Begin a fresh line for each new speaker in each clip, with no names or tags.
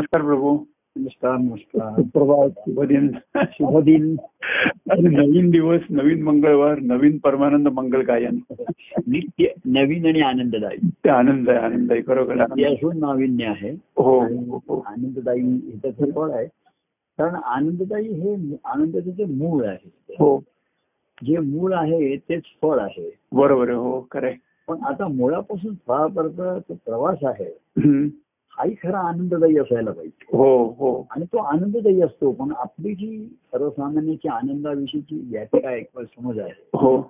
नमस्कार प्रभू
म्हणजे
नमस्कार नमस्कार
सुप्रभात
शुभ दिन
शुभ दिन
आणि नवीन दिवस नवीन मंगळवार नवीन परमानंद मंगळ गायन
नित्य नवीन आणि आनंददायी
ते आनंद आहे आनंद आहे खरोखर आनंद आहे.
नित्यासून नाविन्य आहे
हो हो, हो.
आनंददायी हे त्याचं फळ आहे कारण आनंददायी हे आनंदाचं जे मूळ आहे
हो
जे मूळ आहे तेच फळ आहे
बरोबर आहे हो खरं आहे.
पण आता मुळापासून फळापर्यंत जो प्रवास आहे
हम्म.
हाही खरा आनंददायी असायला पाहिजे
हो हो
आणि तो आनंददायी असतो पण आपली जी सर्वसामान्याची आनंदाविषयीची व्याख्या आहे किंवा समज आहे
हो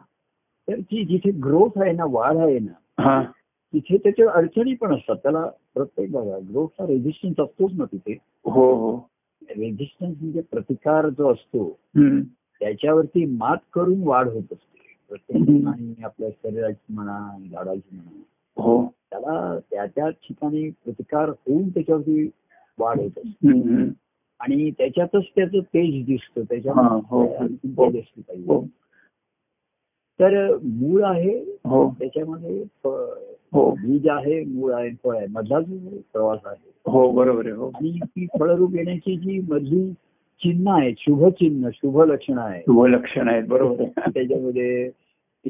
तर ती जिथे ग्रोथ आहे ना वाढ आहे ना
हा
तिथे त्याच्या अडचणी पण असतात त्याला प्रत्येक बघा ग्रोथचा रेझिस्टन्स असतोच ना तिथे
हो हो
रेझिस्टन्स म्हणजे प्रतिकार जो असतो
हम्म.
त्याच्यावरती मात करून वाढ होत असते प्रत्येक
हम्म.
ठिकाणी आपल्या शरीराची म्हणा झाडाची म्हणा
हो
त्याला त्या त्या ठिकाणी प्रतिकार होऊन त्याच्यावरती वाढ होत असते
हम्म, हम्म.
आणि त्याच्यातच त्याचं तेज दिसतं
हा, हो, हो.
त्याच्यामध्ये दिसली
हो
पाहिजे तर मूळ आहे
हो
त्याच्यामध्ये फ-
हो
बीज आहे मूळ आहे फळ आहे मधला जो प्रवास आहे
हो बरोबर आहे हो
आणि ती फळरूप येण्याची जी मधली चिन्ह आहेत शुभ चिन्ह शुभ लक्षणं आहेत
शुभ लक्षण आहेत बरोबर आहे
त्याच्यामध्ये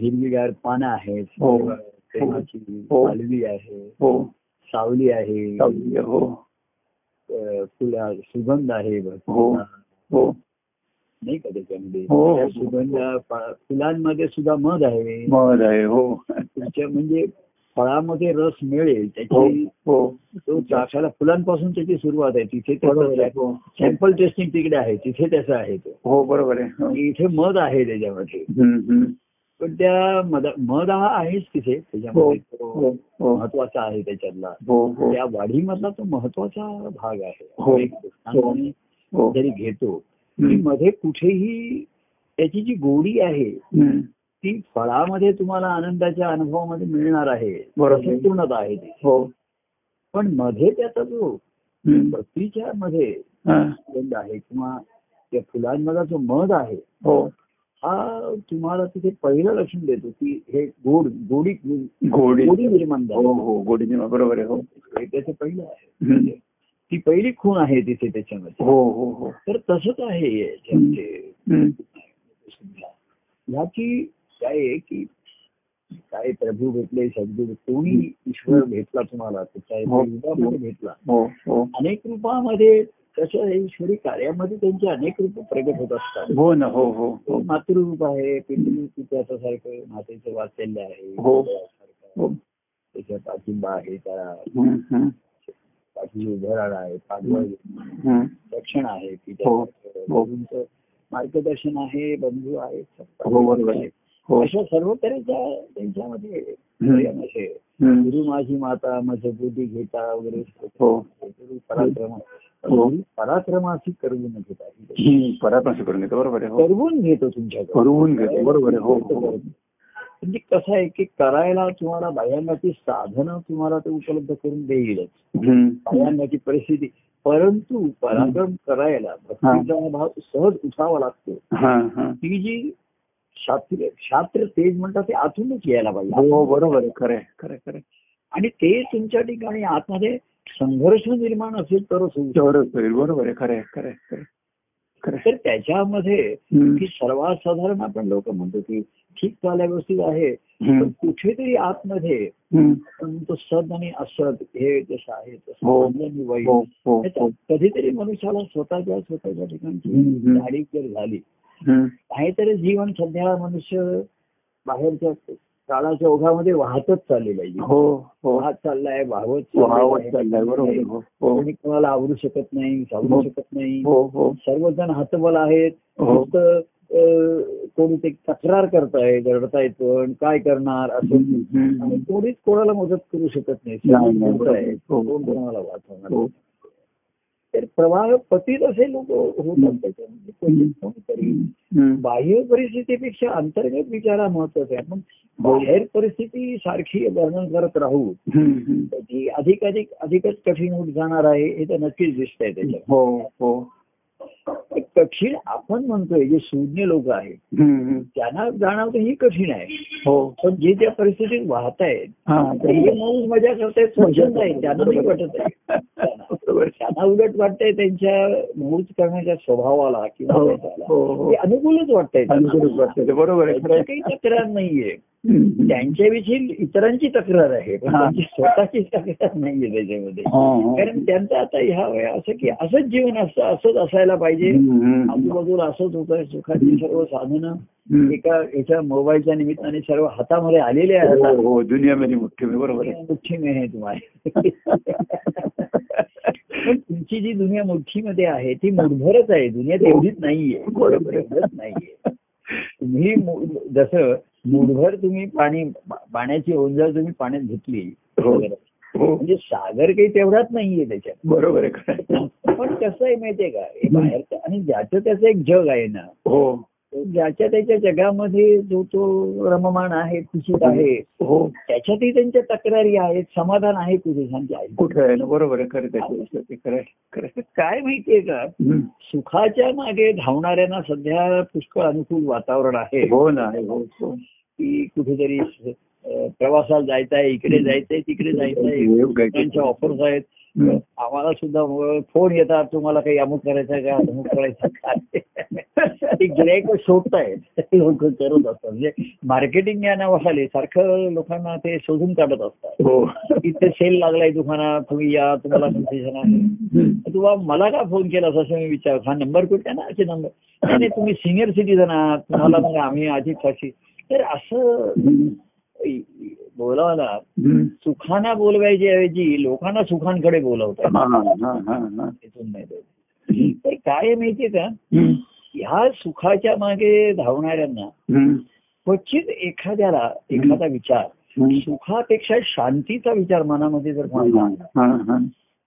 हिरवीगार पानं आहेत
हो.
प्रेमाची
हो.
पालवी आहे
हो
सावली आहे
चालतंय. हो
अ, फुला सुगंध आहे भरपूर.
हो. हो
नाही का त्याच्यामध्ये
हो, हो.
त्या सुगंध फळ- फुलांमध्ये सुद्धा मध आहे
मग आहे हो
तुमच्या म्हणजे फळामध्ये रस मिळेल
हो
त्याची
हो
तो चाखायला फुलांपासून त्याची सुरुवात आहे तिथे
बरोबर आहे हो.
सॅम्पल टेस्टिंग तिकडे आहे तिथे त्याचं आहे तो
हो बरोबर आहे हो.
आणि इथे मध आहे त्याच्यामध्ये
हम्म, हम्म.
पण त्या मध मध हा आहेच तिथे
हो
त्याच्यामध्ये
हो
तो
हो
महत्वाचा आहे त्याच्यातला
हो हो
त्या वाढीमधला तो महत्वाचा भाग आहे
हो.
एक दृष्टांत मी
हो
जरी घेतो की
हम्म,
मध्ये कुठेही त्याची जी गोडी आहे
हम्म.
ती फळामध्ये तुम्हाला आनंदाच्या अनुभवामध्ये मिळणार आहे
बरोबर.
पूर्णता आहे ती
हो
पण मध्ये त्याचा जो
हम्म.
प्रतीच्या मध्ये
हा.
गंध आहे किंवा त्या फुलांमधला जो मध आहे
हो
हा तुम्हाला तिथे पहिलं लक्षण देतो की हे गोड गोडी
गोडी
गोडी निर्माण झाली
हो हो गोडी निर्माण बरोबर आहे हो
हे त्याचं पहिलं आहे
हम्म.
ती पहिली खूण आहे तिथे त्याच्यामध्ये
हो हो हो
तर तसंच आहे याच्यामध्ये
हम्म.
सुद्धा ह्याची काय आहे की काय प्रभू भेटले सद्गुरू कोणी ईश्वर भेटला तुम्हाला त्याच्या
हो.
रूपामध्ये भेटला
हो हो
अनेक रूपामध्ये तशा ईश्वरी कार्यामध्ये त्यांचे अनेक रूप प्रगट होत असतात
हो ना हो हो हो
मातृरूप आहे पितृ पित्यासारखं मातेचं वाचलेलं आहे
हो.
पित्यासारखं
हो
त्याच्या पाठिंबा आहे त्याला
हम्म, हम्म.
पाठीची उभराड आहे पाठबळ
हम्म.
रक्षण आहे
हो.
पित्यासारखं
हो.
गुरूंचं मार्गदर्शन आहे बंधू आहे
हो बरोबर आहे हो
अशा सर्व तऱ्हेच्या त्यांच्यामध्ये कार्यामध्ये
हम्म.
गुरु माझी माता माझे बुद्धी घेता वगैरे
हो
गुरु पराक्रम
हो.
गुरु पराक्रमाची करवून घेता
ही पराक्रम करून घेतो बरोबर आहे हो
करवून घेतो तुमच्याकडे
करून घेतो बरोबर आहे हो हो
म्हणजे कसं आहे की करायला तुम्हाला बाह्यांची साधनं तुम्हाला ते उपलब्ध करून देईलच
हम्म.
बाह्यांची परिस्थिती परंतु पराक्रम करायला भक्तीचा हा भाव सहज उठावा लागतो
हा हा
ती जी शास्त्र शास्त्र तेज म्हणतात ते आतूनच यायला पाहिजे
हो बरोबर आहे खरं आहे, खरं आहे, खरं आहे.
आणि ते तुमच्या ठिकाणी आतमध्ये संघर्ष निर्माण असेल तरच होऊ शकतो.
तेवढंच होईल बरोबर आहे खरं आहे, खरं आहे, खरं आहे. खरं आहे.
तर त्याच्यामध्ये
हम्म.
की सर्वसाधारण आपण लोक म्हणतो की ठीक चालल्या व्यवस्थित आहे पण
हम्म.
कुठेतरी आतमध्ये
हम्म.
आपण म्हणतो सद आणि असद हे जसं आहे तसं
हो.
चांगलं आणि वाईट.
हो हो हो
त्याच्यात कधीतरी मनुष्याला स्वतःच्या स्वतःच्या ठिकाणची
हम्म.
गाडी जर झाली
हम्म.
काहीतरी जीवन सध्या मनुष्य बाहेरच्या काळाच्या ओघामध्ये वाहतच चाललेलं आहे
हो हो
वाहत चाललाय वाहवत
वाहवत चाललाय बरोबर आहे. हो हो
कोणी कोणाला आवरू शकत नाही सावरू
हो.
शकत नाही
हो हो
सर्वजण हतबल आहेत
हो.
फक्त अं, कोणी ते तक्रार करतायत रडतायत पण काय करणार असं आणि
हम्म.
कोणीच कोणाला मदत करू शकत नाही
नाही,
सर्वजण
नाही, बरोबर.
करतायत.
हो.
कोण कोणाला वाचवणार
हो.
तर प्रवाह पतीत असे लोक होतात त्याच्यामध्ये कोणी- कोणीतरी
हम्म.
बाह्य परिस्थितीपेक्षा अंतर्गत विचारा महत्वाचा आहे आपण बाहेर परिस्थिती सारखी वर्णन करत राहू
हम्म. हम्म.
तर ती अधिकाधिक अधिकच कठीण होत जाणार आहे हे तर नक्कीच दिसत आहे त्याच्यात
हो हो
एक कठीण आपण म्हणतोय जे शून्य लोक आहेत
हम्म.
त्यांना जाणवतं हे कठीण आहे
हो
पण जे त्या परिस्थितीत वाहत आहेत
हा
ते मौज मजा करतायत स्वच्छंद आहे त्यांना नाही वाटत आहे
बरोबर
त्यांना उलट वाटतंय त्यांच्या मौज करण्याच्या स्वभावाला किंवा
हो,
त्याच्याला.
हो, हो.
ते अनुकूलच वाटतंय
अनुकूलच वाटतं ते. बरोबर आहे खरं
त्यांची
आहे.
काही तक्रार नाहीये
हम्म.
त्यांच्याविषयी इतरांची तक्रार आहे पण
हा.
त्यांची स्वतःची तक्रार नाहीये त्याच्यामध्ये
हा, हा.
कारण त्यांचं आता ह्या वया असं की असंच जीवन असतं असंच असायला पाहिजे
हम्म, हम्म.
आजूबाजूला असंच होत आहे सुखाची सर्व साधनं
हम्म.
एका याच्या मोबाईलच्या निमित्ताने सर्व हातामध्ये आलेले आहे
हो
आता.
हो दुनिया मेरी मुठ्ठी में बरोबर आहे
मुठ्ठी में आहे तुम्हाला पण तुमची जी दुनिया मुठ्ठीमध्ये आहे ती मुठभरच आहे दुनिया तेवढीच नाहीये
बरोबर आहे.
तेवढंच नाहीये तुम्ही मु- जसं मुठभर तुम्ही पाणी पाण्याची ओंजळ तुम्ही पाण्यात घेतली
हो.
म्हणजे
हो
सागर काही तेवढाच नाहीये त्याच्यात
बरोबर आहे खरं आहे.
पण कसं आहे माहितीये का हे बाहेरचं आणि ज्याचं त्याचं एक जग आहे ना
हो
तो ज्याच्या त्याच्या जगामध्ये जो तो रममाण आहे खुशीत आहे
हो
त्याच्यातही त्यांच्या तक्रारी आहेत समाधान आहे कुठे आहे
कुठे आहे ना बरोबर आहे खरं त्याच्या ते खरं आहे, खरं आहे.
काय माहितीये का
हम्म.
सुखाच्या मागे धावणाऱ्यांना सध्या पुष्कळ अनुकूल वातावरण आहे
हो ना आहे, हो हो
की कुठेतरी अं, प्रवासाला जायचंय इकडे जायचंय तिकडे जायचंय
हे काय ते.
त्यांच्या ऑफर्स आहेत
हम्म.
आम्हाला सुद्धा फोन येतात तुम्हाला काही अमुक करायचं का अमुक करायचं का ते गिरायक शोधतायत लोक करत असतात म्हणजे मार्केटिंग या नावाखाली सारखं लोकांना ते शोधून काढत असतात
हो
इथे सेल लागलाय दुकानात तुम्ही या तुम्हाला कन्सेशन आहे
हम्म.
तुला मला का फोन केला असं मी विचार हा नंबर कुठे आहे ना असे नंबर नाही नाही तुम्ही सिनियर सिटीजन आहात तुम्हाला मग आम्ही आधी फाशी तर असं बोलावाला
हम्म.
सुखाना बोलवायच्या ऐवजी लोकांना सुखांकडे बोलवतात
हा, हा, हा, हा.
तिथून नाही तर. तर काय आहे माहितीये का
हम्म.
ह्या सुखाच्या मागे धावणाऱ्यांना
हम्म.
क्वचित एखाद्याला एखादा विचार
हम्म.
सुखापेक्षा शांतीचा विचार मनामध्ये जर मांडला
हा, हा. हम्म.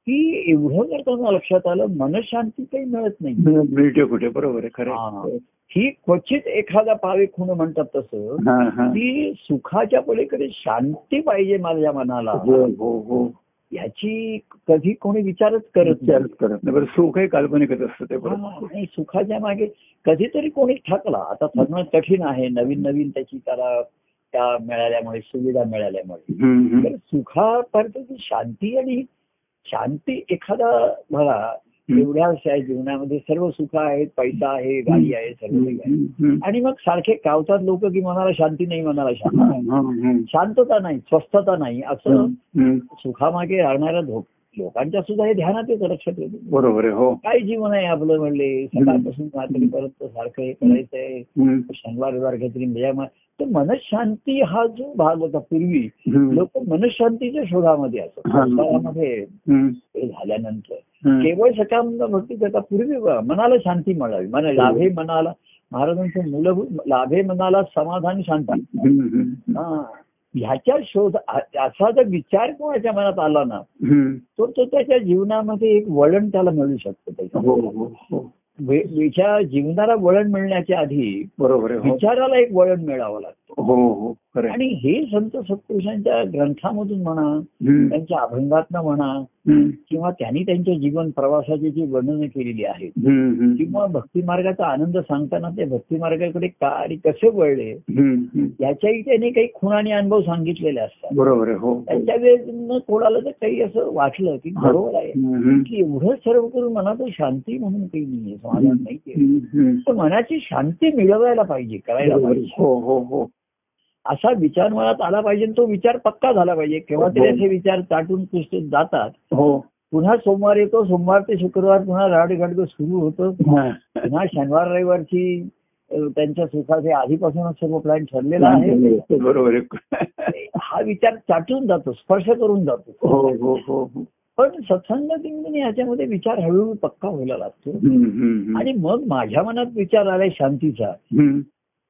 की एवढं जर त्यांना लक्षात आलं मनशांती काही मिळत नाही
मिळते कुठे बरोबर आहे खरं
हा.
आहे.
ही क्वचित एखादा पावे खूण म्हणतात तसं
हा, हा.
की सुखाच्या पलीकडे शांती पाहिजे माझ्या मनाला
हो हो हो
याची कधी कोणी विचारच करत नाही.
विचारच करत नाही बरं सुख हे काल्पनिकच असतं ते
हा,
बरोबर
आणि सुखाच्या मागे कधीतरी कोणी थकला आता थकणं कठीण आहे नवीन नवीन त्याची त्याला त्या मिळाल्यामुळे सुविधा मिळाल्यामुळे
हम्म, हम्म.
तर सुखापर्यंत ती शांती आणि शांती एखादा बघा एवढ्या जीवनामध्ये सर्व सुख आहेत पैसा आहे गाडी आहे सर्व काही आहे
हम्म,
आणि मग सारखे कावतात लोक की मनाला शांती नाही मनाला शांती नाही
हम्म. हम्म,
शांतता नाही स्वस्थता नाही असं
हम्म. हम्म.
सुखामागे राहणाऱ्या धो- लोकांच्या सुद्धा हे ध्यानात येतं लक्षात येतं
बरोबर आहे हो
काय जीवन आहे आपलं म्हणले सकाळपासून रात्रीपर्यंत सारखं हे करायचंय
हम्म,
शनिवार रविवार काहीतरी मजा मा- तर मनशांती हा जो भाग होता पूर्वी
हम्म.
लोक मनशांतीच्या शोधामध्ये असत
हा.
संसारामध्ये
हम्म,
हे झाल्यानंतर
हम्म.
केवळ सकाम भक्ती करता पूर्वी बघा, मनाला शांती मिळावी
हो.
मना लाभे मनाला महाराजांचं मूलभूत लाभे मनाला समाधान शांती
हम्म, हम्म.
हा. ह्याच्या शोध आ- असा जर विचार कोणाच्या मनात आला ना
हम्म.
तो तो त्याच्या जीवनामध्ये एक वळण त्याला मिळू शकतो
हो
त्याच्या
हो हो
वे- वेच्या जीवनाला वळण मिळण्याच्या आधी
बरोबर आहे हो
विचाराला एक वळण मिळावं लागतं
हो हो खरं आहे.
आणि हे संत सत्पुरुषांच्या ग्रंथामधून म्हणा
हम्म,
त्यांच्या अभंगातनं म्हणा
हम्म.
किंवा त्यांनी त्यांच्या जीवन प्रवासाची जी वर्णन केलेली आहेत
हम्म, हम्म.
किंवा भक्तिमार्गाचा आनंद सांगताना ते भक्तिमार्गाकडे का आणि कसे वळले
हम्म, हम्म.
याच्याही त्याने काही खुणाने अनुभव सांगितलेले असतात
बरोबर आहे हो हो.
त्यांच्या वेळेस कोणाला जर काही असं वाटलं की बरोबर आहे
हम्म, हम्म.
की एवढं सर्व करून मनात शांती म्हणून काही नाहीये समाधान नाहीये
हम्म, हम्म.
पण मनाची शांती मिळवायला पाहिजे करायला
बरोबर आहे.
पाहिजे
हो हो हो
असा विचार मनात आला पाहिजे आणि तो विचार पक्का झाला पाहिजे केव्हा तरी
हो.
असे विचार चाटून पुस्तक जातात
हो
पुन्हा सोमवार येतो सोमवार ते शुक्रवार पुन्हा राडगाडगं सुरू होतं पुन्हा शनिवार रविवारची अ, त्यांच्या सुखाचे आधीपासूनच सर्व प्लॅन ठरलेला आहे
ते बरोबर आहे
हा विचार चाटून जातो स्पर्श करून जातो
हो हो हो हो.
पण सत्संगतीने याच्यामध्ये विचार हळूहळू पक्का व्हायला लागतो
हम्म, हम्म,
आणि मग माझ्या मनात विचार आलाय शांतीचा
हम्म.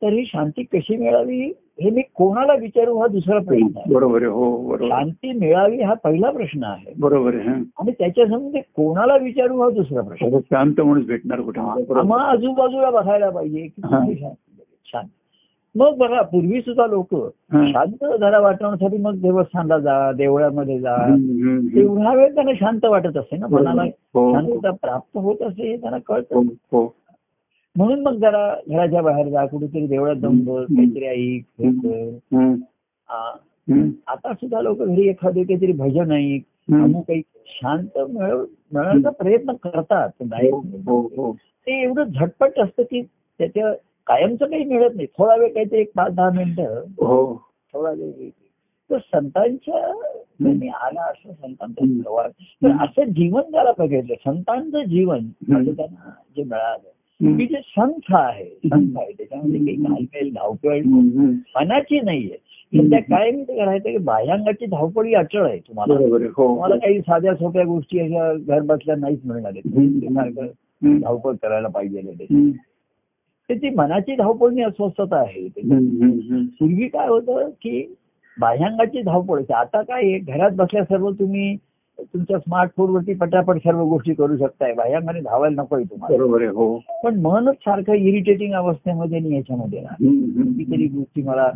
तर ही शांती कशी मिळावी हे मी कोणाला विचारू हा दुसरा प्रश्न आहे
बरोबर आहे हो बरोबर आहे.
शांती मिळावी हा पहिला प्रश्न आहे
बरोबर आहे हं.
आणि त्याच्या संबंधी कोणाला विचारू हा दुसरा प्रश्न आहे.
आता शांत माणूस भेटणार कुठे
आम्हाला आजूबाजूला बघायला पाहिजे की
हा.
कुठे शांती मिळेल. शांती मग बघा पूर्वी सुद्धा लोक
हं.
शांत जरा वाटवण्यासाठी मग देवस्थानला जा देवळामध्ये जा
हम्म, हम्म, हम्म.
तेवढा वेळ त्यांना शांत वाटत असे ना मनाला
हो, हो,
शांतता प्राप्त होत असे हे त्यांना कळत
हो, हो.
म्हणून मग जरा घराच्या बाहेर जा कुठेतरी देवळात जाऊन बस
हं.
काहीतरी ऐक हे कर.
हम्म,
आ,
हम्म,
आता सुद्धा लोक घरी एखादे काहीतरी भजन ऐक
हम्म.
अमुक काही शांत मिळव- मिळवण्याचा प्रयत्न करतात ते नाही
हो, हो.
ते एवढं झटपट असतं की त्याच्या कायमचं काही मिळत नाही थोडा वेळ काहीतरी एक पाच दहा मिनिटं
हो.
थोडा वेळ येते. तर संतांच्या त्यांनी आला असं संतांचा
हम्म.
प्रवास तर असं जीवन ज्याला बघितलं संतांचं जीवन
हम्म.
असं त्यांना जे मिळालं
हम्म,
की जे संथ आहे संथ आहे त्याच्यामध्ये काही घालमेल धावपळ
हम्म.
मनाची नाहीये सध्या काय मी ते करायचं की बाह्यांगाची धावपळी अचळ आहे तुम्हाला
बरोबर आहे. हो,
तुम्हाला
हो.
काही साध्या सोप्या गोष्टी अशा घर बसल्या नाहीच मिळणार आहेत.
हम्म.
ते सारखं
हम्म,
धावपळ करायला पाहिजे आहे ते.
हम्म,
तर ती मनाची धावपळणी अस्वस्थता आहे ते.
हम्म, हम्म,
पूर्वी काय होतं की बाह्यांगाची धावपळ होती आता काय आहे, घरात बसल्या सर्व तुम्ही तुमच्या स्मार्टफोनवरती पटापट सर्व गोष्टी करू शकताय बाह्यांगाने धावायला नकोय तुम्हाला
बरोबर आहे. हो.
पण मनच सारखं इरिटेटिंग अवस्थेमध्ये आणि याच्यामध्ये ना
हम्म, हम्म,
कितीतरी गोष्टी मला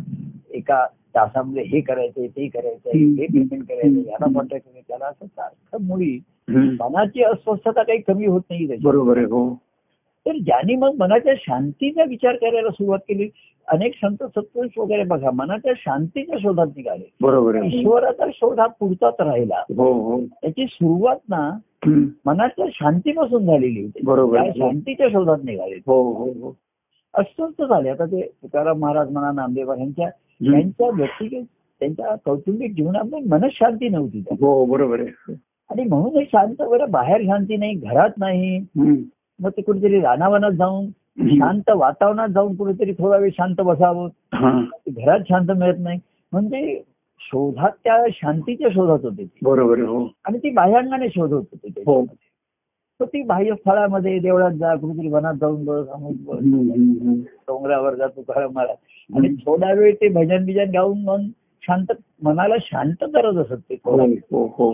एका तासामध्ये हे करायचंय ते करायचंय हे पेमेंट करायचं याला कॉन्टॅक्ट करायचं त्याला असं सारखं मुळी
हम्म.
मनाची अस्वस्थता काही कमी होत नाही त्याची
बरोबर आहे. हो.
तर ज्यांनी मग मनाच्या शांतीचा विचार करायला सुरुवात केली अनेक संत सत्पुरुष वगैरे बघा मनाच्या शांतीच्या शोधात निघाले
बरोबर आहे.
ईश्वराचा शोध हा पुढचाच राहिला
हो, हो.
त्याची सुरुवात ना
हम्म.
मनाच्या शांतीपासून झालेली होती
बरोबर
त्या
आहे.
शांतीच्या शोधात निघाले
हो, हो, हो.
अस्वस्थ झाले आता ते तुकाराम महाराज म्हणा नामदेव यांच्या
हम्म.
त्यांच्या व्यक्तिगत त्यांच्या कौटुंबिक जीवनामध्ये मनशांती नव्हती त्यांना.
हो, बरोबर आहे.
आणि म्हणून हे शांत बरं बाहेर शांती नाही घरात नाही
हम्म.
मग ते कुठेतरी रानावनात जाऊन शांत वातावरणात जाऊन कुठेतरी थोडा वेळ शांत बसावं
हा.
घरात शांत मिळत नाही म्हणजे शोधात त्या शांतीच्या शोधात होते ते.
बरोबर आहे. हो.
आणि ती बाह्यांगाने शोधत होते ते.
हो.
तर ती बाह्य स्थळामध्ये देवळात जा कुठेतरी वनात जाऊन बस अमुक बस
हम्म, हम्म, हम्म.
डोंगरावर जा तुकाराम महाराज आणि थोडा वेळ ते भजन बिजन गाऊन मन शांत मनाला शांत करत असत ते थोडा वेळ.
हो, हो.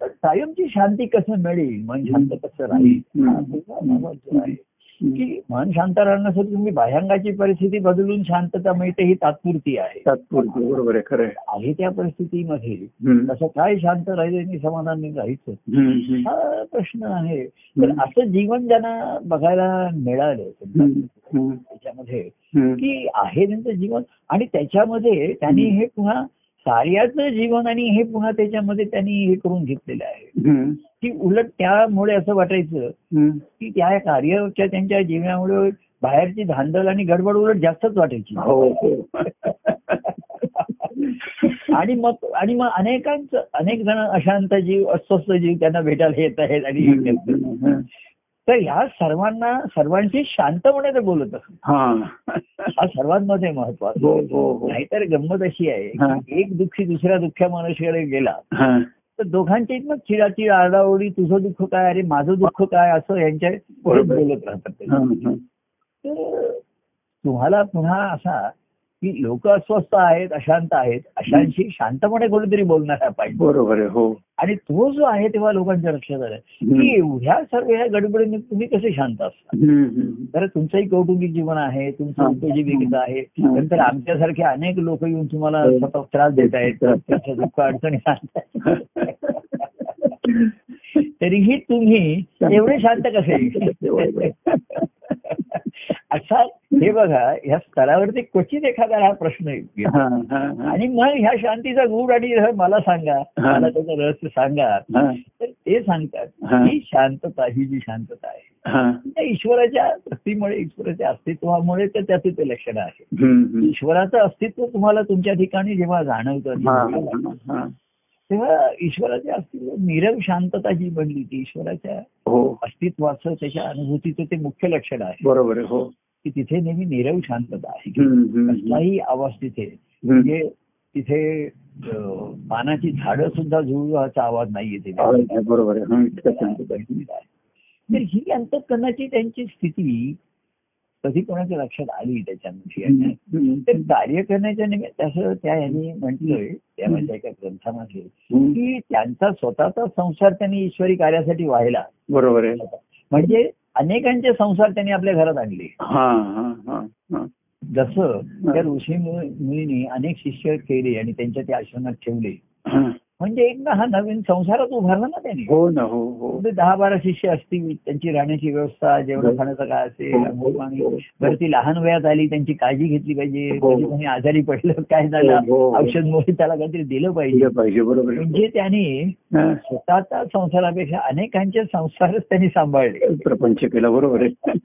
तर कायमची शांती कसं मिळेल मन शांत कसं राहील
हम्म.
हा तुझा महत्त्व आहे. की मन शांत राहण्यासाठी तुम्ही बाह्यांगाची परिस्थिती बदलून शांतता मिळते ही तात्पुरती आहे
तात्पुरती बरोबर आहे खरं आहे
आहे त्या परिस्थितीमध्ये
हम्म.
तसं काय शांत राहिले आणि समाधानी राहायचं
हम्म, हम्म.
हा प्रश्न आहे तर असं जीवन ज्यांना बघायला मिळालं
हम्म, हम्म,
त्याच्यामध्ये
हम्म.
की आहे त्यांचं जीवन आणि त्याच्यामध्ये त्यांनी हे पुन्हा कार्याचं जीवन आणि हे पुन्हा त्याच्यामध्ये त्यांनी हे करून घेतलेलं आहे
हम्म,
की उलट त्यामुळे असं वाटायचं
हम्म.
की त्या कार्याच्या त्यांच्या जीवनामुळे बाहेरची धांदल आणि गडबड उलट जास्तच वाटायची
हो, हो.
आणि मग आणि मग अनेकांचं अनेक जण अशांत जीव अस्वस्थ जीव त्यांना भेटायला येत आहेत आणि हे करतात.
हम्म.
तर ह्या सर्वांना सर्वांशी शांतपणे ते बोलत असत
हा.
हा सर्वांमध्ये महत्वाचा
हो, हो, हो.
नाहीतर गंमत अशी आहे
हा.
की एक दुःखी दुसऱ्या दुःख्या मनुष्याकडे गेला
हा.
तर दोघांच्या इथनं चिडाचिड आरडाओरडी तुझं दुःख काय अरे माझं दुःख काय असं यांच्या परत
बरोबर.
बोलत राहतात ते.
हा, हा.
तर तुम्हाला पुन्हा असा की लोक अस्वस्थ आहेत अशांत आहेत अशांशी शांतपणे कोणीतरी बोलणार पाहिजे
बरोबर आहे हो
आणि तो जो आहे तेव्हा लोकांच्या लक्षात आलं की
हम्म,
एवढ्या सर्व ह्या गडबडीने तुम्ही कसे शांत असता
हम्म, हम्म.
बरं तुमचंही कौटुंबिक जीवन आहे तुमचं
हा.
उपजीविका आहे
हा.
नंतर आमच्यासारखे अनेक लोक येऊन तुम्हाला
हो.
सतत त्रास देत आहेत त्यांच्या दुःख अडचणी आणतायत. तरीही तुम्ही एवढे शांत कसे असा हे बघा या स्तरावरती क्वचित एखादा हा प्रश्न येईल
हा, हा, हा.
आणि मग ह्या शांतीचा गुड आणि रह मला सांगा
हा.
मला त्याचं रहस्य सांगा
हा,
तर ते सांगतात
हा.
ही शांतता ही जी शांतता आहे
हा.
त्या ईश्वराच्या प्रतीमुळे ईश्वराच्या अस्तित्वामुळे तर त्याचं ते लक्षण आहे
हम्म, हम्म.
ईश्वराचं अस्तित्व तुम्हाला तुमच्या ठिकाणी जेव्हा जाणवतं
हा,
तुम्हाला,
हा, हा.
तेव्हा ईश्वराचे अस्तित्व नीरव शांतता जी बनली ती ईश्वराच्या
हो
अस्तित्वाचं त्याच्या अनुभूतीचं ते मुख्य लक्षण आहे
बरोबर आहे हो
की तिथे नेहमी नीरव शांतता आहे
हम्म, हम्म, हम्म.
कसलाही आवाज तिथे
हम्म.
म्हणजे तिथे अं, पानाची झाडं सुद्धा झुळवाचा आवाज नाहीये तिथे
आवडतं, बरोबर आहे हम्म, इतकं सांगतो ताई.
तर ही अंतकरणाची त्यांची स्थिती कधी कोणाच्या लक्षात आली त्याच्यामध्ये
हम्म, हम्म.
तर कार्य करण्याच्या निमित्त असं त्या यांनी म्हटलंय त्या माझ्या एका ग्रंथामध्ये
हम्म.
की त्यांचा स्वतःचा संसार त्यांनी ईश्वरी कार्यासाठी वाहिला
बरोबर आहे
म्हणजे अनेकांचे संसार त्यांनी आपल्या घरात आणले
हा हा हा हा
जसं त्या ऋषी मुनी अनेक शिष्य केले आणि त्यांच्या त्या आश्रमात ठेवले म्हणजे एक ना हा नवीन संसारात उभारला ना त्यांनी
हो ना हो हो
म्हणजे दहा बारा शिष्य असतील त्यांची राहण्याची व्यवस्था जेवण खाण्याचं काय असेल आंघोळ पाणी घरती लहान वयात आली त्यांची काळजी घेतली पाहिजे
हो.
कधी कोणी आजारी पडलं काय झालं
हो, हो.
औषध मुळे त्याला काहीतरी दिलं पाहिजे
दिलं पाहिजे बरोबर आहे.
म्हणजे त्यांनी
हा.
स्वतःच्या संसारापेक्षा अनेकांचे संसारच त्यांनी सांभाळले
प्रपंच केला बरोबर आहे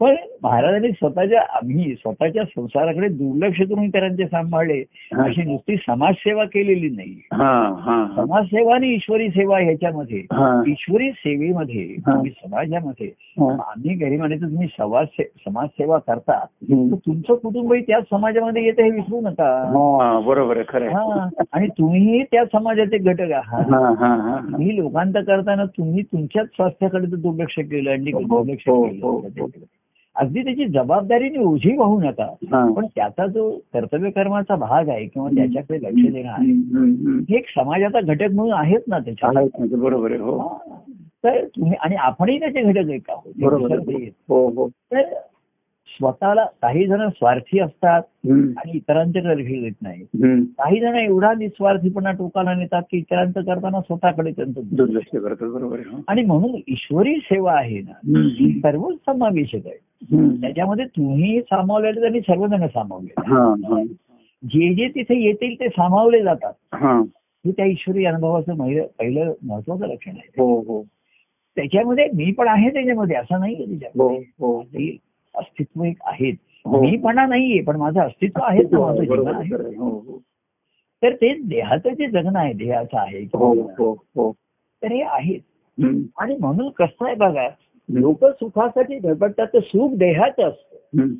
पण महाराजांनी स्वतःच्या आम्ही स्वतःच्या संसाराकडे दुर्लक्ष करून त्यांचे सांभाळले
हा.
अशी नुसती समाजसेवा केलेली नाही
हा हा हा.
समाजसेवा आणि ईश्वरी सेवा ह्याच्यामध्ये
हा
ईश्वरी सेवेमध्ये
हा.
तुम्ही समाजामध्ये
हा.
आम्ही गरिबांचं तुम्ही समाज समाजसेवा करता तर
हम्म.
तुमचं कुटुंबही त्याच समाजामध्ये येतं हे विसरू नका
हा बरोबर आहे खरं आहे.
हा आणि तुम्हीही त्या समाजाचे घटक आहात
हा हा हा हा.
तुम्ही लोकांत करताना तुम्ही तुमच्याच स्वास्थ्याकडे तर दुर्लक्ष केलं आणि
हो,
दुर्लक्ष
हो, हो,
केलं अगदी त्याची जबाबदारीने ओझी वाहू नका
हा.
पण त्याचा जो कर्तव्य कर्माचा भाग आहे किंवा त्याच्याकडे लक्ष देणं आहे
हम्म, हम्म, हम्म.
हे एक समाजाचा घटक म्हणून आहेत ना त्याच्यामध्ये
आहेत म्हणजे बरोबर आहे हो
हा. तर तुम्ही आणि आपणही त्याचे घटक एक आहोत हे
बरोबर
विसरता
आहे.
येत.
हो हो
तर स्वतःला काही जण स्वार्थी असतात
हम्म.
आणि इतरांच्याकडे लक्ष देत नाही
हम्म.
काही जण एवढा निस्वार्थीपणा टोकाला नेतात की इतरांचं करताना स्वतःकडे त्यांचं दुर्लक्ष.
दुर्लक्ष करतात बरोबर आहे हो.
आणि म्हणून ईश्वरी सेवा आहे ना ही
हम्म.
सर्वच समावेशक आहे
हम्म.
त्याच्यामध्ये तुम्ही सामावलेले आणि सर्वजण सामावले
हा हा
जे जे तिथे येतील ते सामावले जातात
हा
हे त्या ईश्वरी अनुभवाचं महि- पहिलं महत्वाचं लक्षण आहे
हो हो
त्याच्यामध्ये मी पण आहे त्याच्यामध्ये असं नाही आहे
हो
त्याच्यामध्ये
हो
ते अस्तित्व एक आहेत
हो.
मीपणा नाहीये पण माझं अस्तित्व आहे ना, माझं जीवन
बरोबर आहे,
आहे
खरं आहे. हो हो.
तर ते देहाचं जे जगणं आहे देहाचं आहे
हो हो हो
तर हे आहेत
हम्म.
आणि म्हणून कसं आहे बघा
हम्म.
लोक सुखासाठी धडपडतात तर सुख देहाचं असतं
हम्म.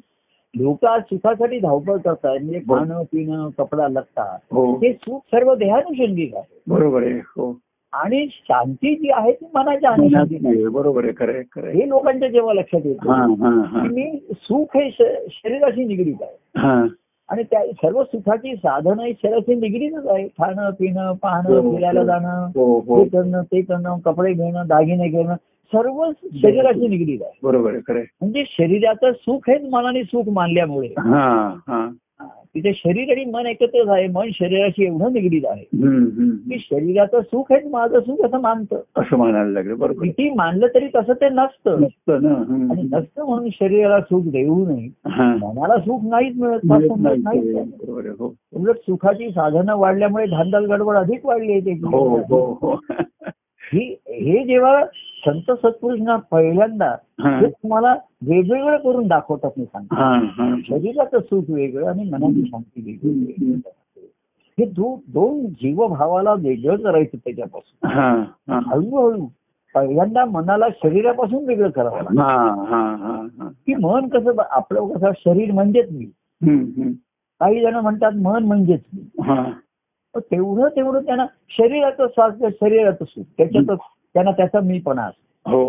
लोक आज सुखासाठी धावपळ करतात म्हणजे
हो.
खाणं पिणं कपडा लत्ता
हो
हे सुख सर्व देहानुषंगिक आहे
बरोबर आहे हो
आणि शांती जी आहे ती मनाच्या
मनात
अनुषंगिक आहे.
नाही, बरोबर आहे खरं आहे, खरं आहे.
हे लोकांच्या जेव्हा लक्षात
हा
येतं
हा हा
की मी सुख हे श- शरीराशी निगडीत आहे
हा
आणि त्या सर्व सुखाची साधन ही शरीराशी निगडीतच आहे खाणं पिणं
हो,
पाहणं
हो.
फिरायला जाणं
हो हो
हे करणं ते करणं कपडे घेणं दागिने घेणं सर्व शरीराशी निगडीत आहे
बरोबर आहे खरं आहे.
म्हणजे शरीराचं सुख हेच मनाने सुख मानल्यामुळे
हा हा
तिथे शरीर आणि मन एकत्रच आहे मन शरीराशी एवढं निगडीत आहे
हम्म, हम्म.
की शरीराचं सुख हेच माझं सुख असं मानतं
असं म्हणायला लागलं बरोबर
किती मानलं तरी तसं ते नसतं
नसतं ना
आणि
हम्म.
नसतं म्हणून शरीराला सुख देऊ नये
हा.
मनाला सुख नाहीच मिळत
मिळत
नाहीच
नाही
मिळत
ते.
नाही.
बरोबर आहे. हो
उलट सुखाची साधनं वाढल्यामुळे धांदल गडबड अधिक वाढली आहे
हो हो हो
त्याची ही- हे जेव्हा संत सत्पुरुषांना पहिल्यांदा
हा.
ते तुम्हाला वेगवेगळं करून दाखवतात मी सांगतो
हा, हा.
शरीराचं सुख वेगळं आणि मनाची शांती वेगळी हे दो दोन जीवभावाला वेगळं करायचं त्याच्यापासून
हा, हा.
हळूहळू पहिल्यांदा मनाला शरीरापासून वेगळं करावं लागतं
हा, हा, हा, हा.
की मन कसं ब- आपलं कसं शरीर म्हणजेच मी
हम्म, हम्म.
काही जण म्हणतात मन म्हणजेच मी
हा.
पण तेवढं तेवढं त्यांना शरीराचं स्वास्थ्य शरीराचं सुख त्याच्यातच त्यांना त्याचा मीपणा असतो
हो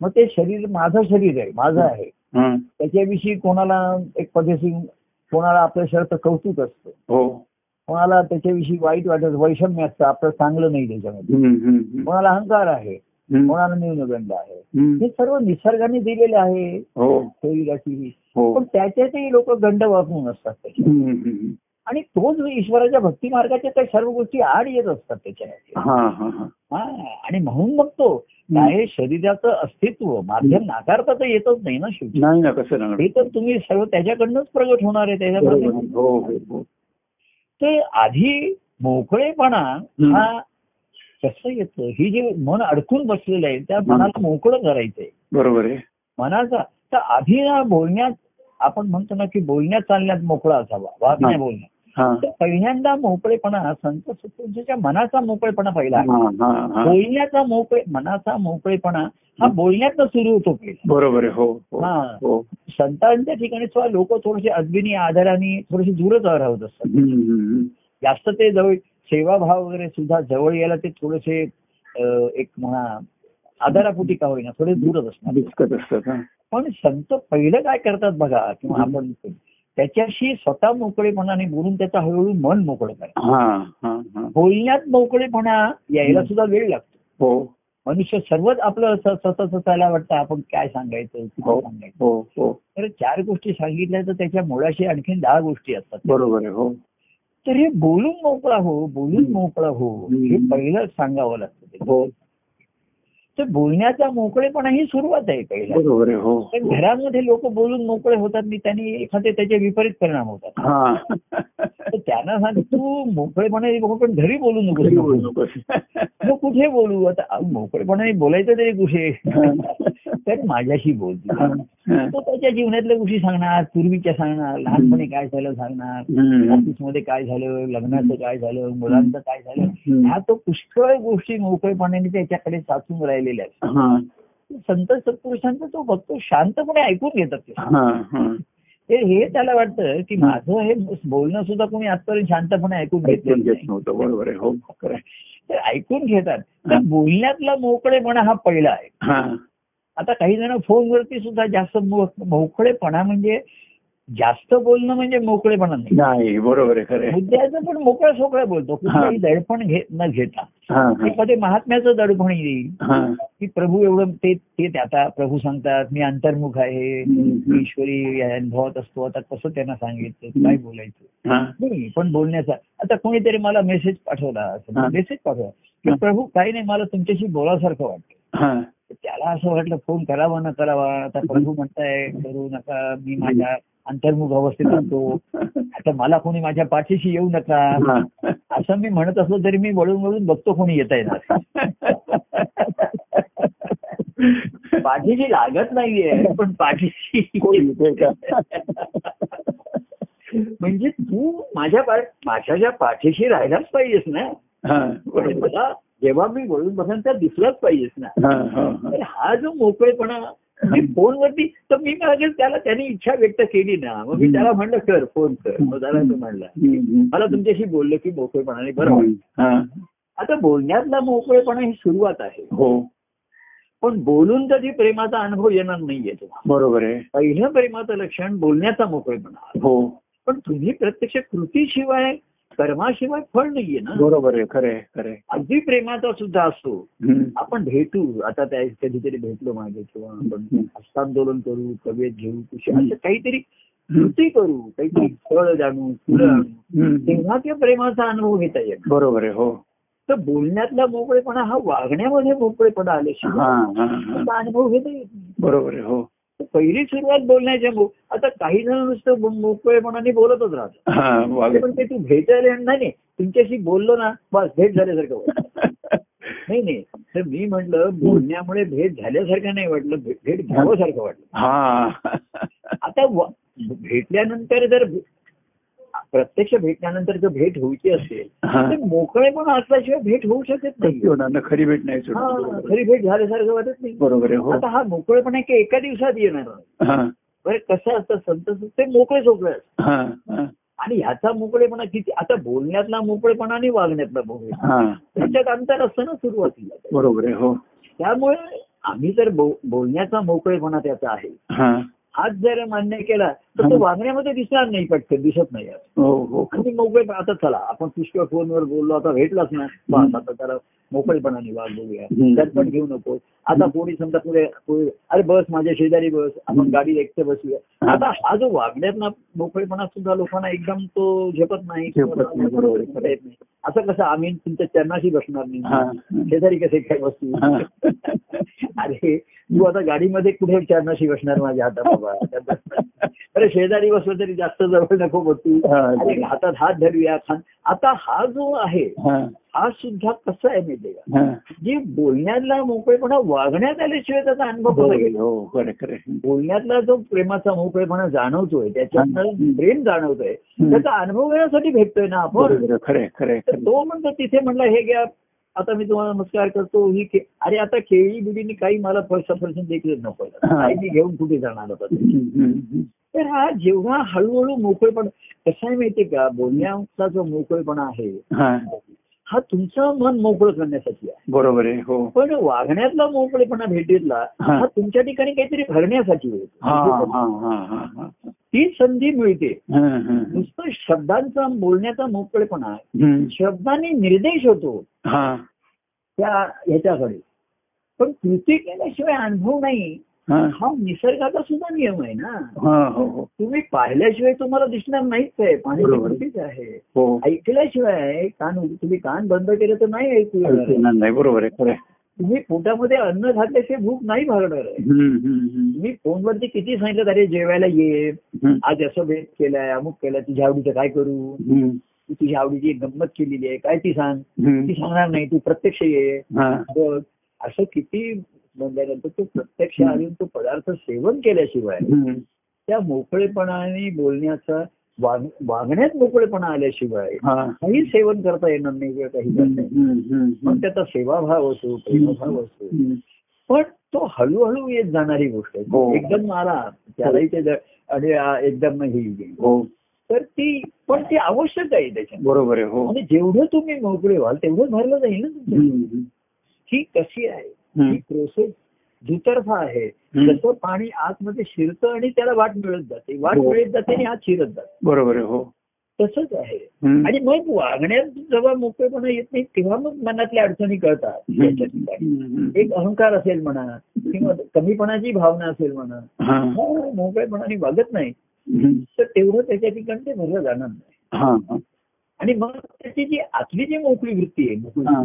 मग ते शरीर माझं शरीर आहे माझं आहे
हा.
त्याच्याविषयी कोणाला एक पद्धती कोणाला आपल्या शरीराचं कौतुक असतं
हो
कोणाला त्याच्याविषयी वाईट वाटत वैषम्य असतं आपलं चांगलं नाही त्याच्यामध्ये
हम्म, हम्म, हम्म.
कोणाला अहंकार आहे
हम्म,
कोणाला न्यूनगंड आहे
हम्म.
हे सर्व निसर्गाने दिलेले आहे
हो
शरीराची
हो
पण त्याच्यातही लोक गंड वापरून असतात त्याच्यात
हम्म, हम्म.
आणि तोच ईश्वराच्या भक्ती मार्गाच्या त्या सर्व गोष्टी आड येत असतात त्याच्यामध्ये
हा हा हा
हा आणि म्हणून मग तो काय शरीराचं अस्तित्व माध्यम नाकारता तर येतच नाही ना शेवटी
नाही ना कसं लागणार
हे तर तुम्ही सर्व त्याच्याकडनंच प्रगट होणार आहे
बरोबर
त्याच्यामध्ये
आहे. हो हो हो
ते आधी मोकळेपणा
हम्म.
हा कसं येतं हे जे मन अडकून बसलेलं आहे त्या मनाला मोकळं करायचंय
बरोबर आहे
मनाचा तर आधी ना बोलण्यात आपण म्हणतो ना की बोलण्यात चालण्यात मोकळा असावा वागण्या बोलण्यात
हा
तर पहिल्यांदा मोकळेपणा संत सत्पुरुषाच्या मनाचा मोकळेपणा पहिला आहे.
हा हा हा
बोलण्याचा मोकळे मनाचा मोकळेपणा हा बोलण्यात सुरू होतो पहिला
बरोबर आहे हो हो
हा.
हो
संतांच्या ठिकाणी सुद्धा लोक थोडेसे अदबिनी आधाराने थोडेसे दूरच राहत असतात
हम्म, हम्म, हम्म.
जास्त ते जवळ सेवाभाव वगैरे सुद्धा जवळ यायला ते थोडेसे अं, एक म्हणा आधारापोटी का होईना थोडे दूरच असणार
दिसकत असतात हा.
पण संत पहिलं काय करतात बघा किंवा
हम्म.
आपण त्याच्याशी स्वतः मोकळेपणाने बोलून त्याचं हळूहळू मन मोकळं करा
हा हा हा
बोलण्यात मोकळेपणा यायला
हम्म.
सुद्धा वेळ लागतो
हो
मनुष्य सर्वच आपलं असं स्वतःच त्याला वाटतं आपण काय सांगायचं
हो
किती सांगायचं
हो हो
तर चार गोष्टी सांगितल्या तर त्याच्या मुळाशी आणखीन दहा गोष्टी असतात
बरोबर आहे हो
तर हे बोलून मोकळा हो बोलून
हम्म.
मोकळा हो हे
हम्म.
पहिलं सांगावं लागतं ते.
हो
तर बोलण्याचा मोकळेपणा ही सुरुवात आहे पहिला
बरोबर आहे हो
पण घरामध्ये लोक बोलून मोकळे होतात आणि त्यांनी एखादे त्याचे विपरीत परिणाम होतात
हा
तर त्यांना सांग तू मोकळेपणाने बोल, पण घरी बोलू
घरी बोलू
नको
नकोस.
मग कुठे बोलू आता अहो, मोकळेपणाने बोलायचं तरी कुठे
हा.
तर माझ्याशी बोल
हा. हा.
तो त्याच्या जीवनातल्या गोष्टी सांगणार पूर्वीच्या सांगणार लहानपणी काय झालं सांगणार
हम्म.
ऑफिसमध्ये काय झालं लग्नाचं काय झालं मुलांचं काय झालं
हम्म.
ह्या तो पुष्कळ गोष्टी मोकळेपणाने त्याच्याकडे साचून राहिलेल्या आहेत
हा.
संत सत्पुरुषांचा तो भक्त शांतपणे ऐकून घेतात ते.
हा. हा.
ते हे त्याला वाटतं की माझं हे बोलणं सुद्धा कोणी आजपर्यंत शांतपणे ऐकून
ऐकून घेत
घेतलं
नव्हतं बरोबर आहे हो खरं आहे.
तर ऐकून घेतात तर बोलण्यातला मोकळेपणा हा पहिला आहे
हा.
आता काही जण फोनवरती सुद्धा जास्त मो- मोकळेपणा म्हणजे जास्त बोलणं म्हणजे मोकळेपणा नाही
नाही बरोबर आहे खरं आहे.
मुद्द्याचं पण मोकळा सोकळा बोलतो कुठलाही दडपण घे न घेता
हा. हा.
एखाद्या महात्म्याचं दडपण येईल
हा.
की प्रभू एवढं ते ते ते आता प्रभू सांगतात मी अंतर्मुख आहे
हम्म.
मी ईश्वरी अनुभवत असतो आता कसं त्यांना सांगितलं काय बोलायचं
हा.
नाही पण बोलण्याचा आता कोणीतरी मला मेसेज पाठवला
हा.
असं मेसेज पाठवला की
हा.
प्रभू काही नाही मला तुमच्याशी बोलासारखं वाटतं
हा.
त्याला असं वाटलं फोन करावा न करावा आता प्रभू म्हणताय करू नका मी माझ्या अंतर्मुख अवस्थेत असतो आता मला कोणी माझ्या पाठीशी येऊ नका
हा.
असं मी म्हणत असलो तरी मी वळून वळून बघतो कोणी येता येणार पाठीशी लागत नाहीये पण पाठीशी
कोण येतंय का?
म्हणजे तू माझ्या पा- माझ्याच्या पाठीशी राहिलाच पाहिजेस ना
हा.
आणि
बरोबर
मला जेव्हा मी वळून बघेन तर दिसलाच पाहिजेस ना
हा. हा. हा.
तर हा जो मोकळेपणा मी फोनवरती तर मी मागे त्याला त्याने इच्छा व्यक्त केली ना मग मी त्याला म्हणलं कर फोन कर मग त्याला तो म्हणला
हम्म.
मला तुमच्याशी बोललं की मोकळेपणाने बरं वाटलं.
हा.
आता बोलण्यातला मोकळेपणा ही सुरुवात आहे
हो
पण बोलून कधी प्रेमाचा अनुभव येणार नाहीये तुम्हाला
बरोबर आहे
पहिलं प्रेमाचं लक्षण बोलण्याचा मोकळेपणा
हो
पण तुम्ही प्रत्यक्ष कृतीशिवाय कर्माशिवाय फळ नाहीये ना
बरोबर आहे खरं आहे खरं आहे
अगदी प्रेमाचा सुद्धा असतो
हम्म.
आपण भेटू आता त्या कधीतरी भेटलो मागे किंवा आपण
हम्म.
हस्तांदोलन करू कवेत घेऊ कुशी
हम्म.
असं काहीतरी कृती करू काहीतरी फळ जाणू फुलं
हम्म.
आणू
हम्म.
तेव्हा त्या प्रेमाचा अनुभव घेता येईल
बरोबर आहे हो
तर बोलण्यातला मोकळेपणा हा वागण्यामध्ये मोकळेपणा
हा
आल्याशिवाय
हा हा
त्याचा अनुभव घेता येत नाही.
बरोबर आहे हो
तर पहिली सुरुवात बोलण्याच्या मो- आता काही जण नुसतं मो- मोकळेपणाने बोलतच राहतात
हा वाग-
पण ते तू भेटायला येणार नाही नाही, तुमच्याशी बोललो ना बस भेट झाल्यासारखं वाटतं. नाही नाही तर मी म्हटलं बोलण्यामुळे भेट झाल्यासारखं नाही वाटलं भे- भेट घ्यावंसारखं वाटलं
हा
आता व- भेटल्यानंतर जर भे- प्रत्यक्ष भेटल्यानंतर जर भेट होईची असेल
हा.
तर मोकळेपणा असल्याशिवाय भेट होऊ शकत
कशी
नाही
होणार ना खरी भेट नाही
हा
सोडून
खरी भेट झाल्यासारखं वाटत नाही
बरोबर आहे हो
आता हा मोकळेपणा की एका दिवसात येणार नाही.
हा
बरं कसं असतं संत ते मोकळे सोकळे असतात
हा हा
आणि ह्याचा मोकळेपणा किती आता बोलण्यातला मोकळेपणा आणि वागण्यातला मोकळेपणा
हा
त्याच्यात अंतर असतं ना सुरुवातीला
बरोबर आहे हो
त्यामुळे आम्ही जर बो- बोलण्याचा मोकळेपणा त्याचा आहे
हा
हाच जर मान्य केला तर तो
हं.
वागण्यामध्ये दिसणार नाही पटकन दिसत नाही आज.
हो हो
आणि मोकळेपणा आता चला आपण पुष्कळ फोनवर बोललो आता भेटलाच ना बस आता त्याला मोकळेपणाने वाग बघूया
हं.
दडपण घेऊ नको आता कोणी समजा पुढे पुढे, अरे बस माझ्या शेजारी बस आपण
हं.
गाडी एकटे बसूया
हं.
आता हा जो वागण्यात मोकळेपणा सुद्धा लोकांना एकदम तो झेपत नाही
झेपत नाही, बरोबर आहे.
करता येत नाही. असं कसं आम्ही तुमच्या चरणाशी बसणार
हा
नाही शेजारी कसे काय
हा.
बसतील अरे तू आता गाडीमध्ये कुठे चरणाशी बसणार माझ्या हाता बाबा अरे शेजारी बसलं तरी जास्त जवळ नको बसू
हा.
अरे हातात हात धरूया खान आता हा जो आहे
हा
हा सुद्धा कसा आहे माहिती का
हा
जे बोलण्यातला मोकळेपणा वागण्यात आल्याशिवाय त्याचा अनुभव
बरोबर
कसा
आहे,
घेईल?
हो खरं खरं
बोलण्यातला जो प्रेमाचा मोकळेपणा जाणवतोय त्याच्यातनं
हं.
प्रेम जाणवतोय
हं.
त्याचा अनुभव घेण्यासाठी भेटतोय ना आपण
बरोबर खरे खरे
तर तो म्हणतो तिथे म्हणला हे घ्या आता मी तुम्हाला नमस्कार करतो ही के- अरे आता केळी बिडीने काही मला फर्स्ट पर्सन देखील नको
हा.
काही मी घेऊन कुठे जाणार होता ते. तर हा जेवढा हळूहळू मोकळेपण कसं आहे माहितीये का बोलण्याचा जो मोकळेपणा आहे
हा
हा तुमचं मन मोकळं करण्यासाठी आहे
बरोबर आहे हो
पण वागण्यातला मोकळेपणा भेटीतला
हा.
हा तुमच्या ठिकाणी काहीतरी भरण्यासाठी
हा
होतो
हा हा हा हा
ती संधी मिळते
हा, हा.
नुसतं शब्दांचा बोलण्याचा मोकळेपणा
हम्म.
शब्दाने निर्देश होतो
हा
त्या ह्याच्याकडे पण कृती केल्याशिवाय अनुभव नाही
हा
हा निसर्गाचा सुद्धा नियम आहे ना
हा हो हो
तुम्ही पाहिल्याशिवाय तुम्हाला दिसणार नाहीच आहे पाणी
बरोबर.
कृतीच आहे
हो
ऐकल्याशिवाय कान तुम्ही कान बंद केलं तर नाही ऐकू येणार.
अडचण नाही बरोबर आहे खरं आहे.
तुम्ही पोटामध्ये अन्न घातले ते भूक नाही भागणार आहे
हम्म, हम्म, हम्म.
तुम्ही फोनवरती किती सांगितलं अरे जेवायला ये
हम्म,
आज असं भेट केलाय अमुक केलाय तुझ्या आवडीचं काय करू
हम्म,
तू तुझ्या आवडीची एक गंमत केलेली आहे काय ती सांग ती
हम्म.
सांगणार नाही तू प्रत्यक्ष ये
हा,
बघ असं किती म्हणल्यानंतर तो प्रत्यक्ष
हं.
आणून तो पदार्थ सेवन केल्याशिवाय
हम्म,
त्या मोकळेपणाने बोलण्याचा वाग- वागण्यात मोकळेपणा आल्याशिवाय
हा.
काही सेवन करता येणार नाही किंवा काही करता
हम्म,
येणार नाही.
हम्म, हम्म.
मग त्याचा सेवाभाव असो प्रेमभाव असो
हम्म.
पण तो हळूहळू येत जाणारी गोष्ट
हो.
आहे एकदम आला त्यालाही ते ज- आणि आ- एकदम हे येईल.
हो
तर ती पण ती आवश्यक आहे त्याच्यामध्ये
बरोबर आहे हो
आणि जेवढं तुम्ही मोकळे व्हाल तेवढं भरलं जाईल ना तुमचं
हम्म, हम्म.
ही कशी आहे
हम्म.
ही प्रोसेस दुतर्फा आहे
हम्म.
जसं पाणी आतमध्ये शिरतं आणि त्याला वाट मिळत जाते वाट
हो.
मिळत जाते आणि आत शिरत जाते
बरोबर आहे हो
तसंच आहे
हम्म.
आणि मग वागण्यात जेव्हा मोकळेपणा येत नाही तेव्हा मग मनातल्या अडचणी कळतात
हम्म,
त्याच्या ठिकाणी.
हम्म.
एक अहंकार असेल म्हणा किंवा कमीपणाची भावना असेल म्हणा
हा.
हा, मोकळेपणाने वागत नाही
हम्म.
तर तेवढं त्याच्या ठिकाणी ते भरलं जाणार नाही
हा, हा.
आणि मग त्याची जी आतली जी मोकळी वृत्ती आहे मोकळी
हा.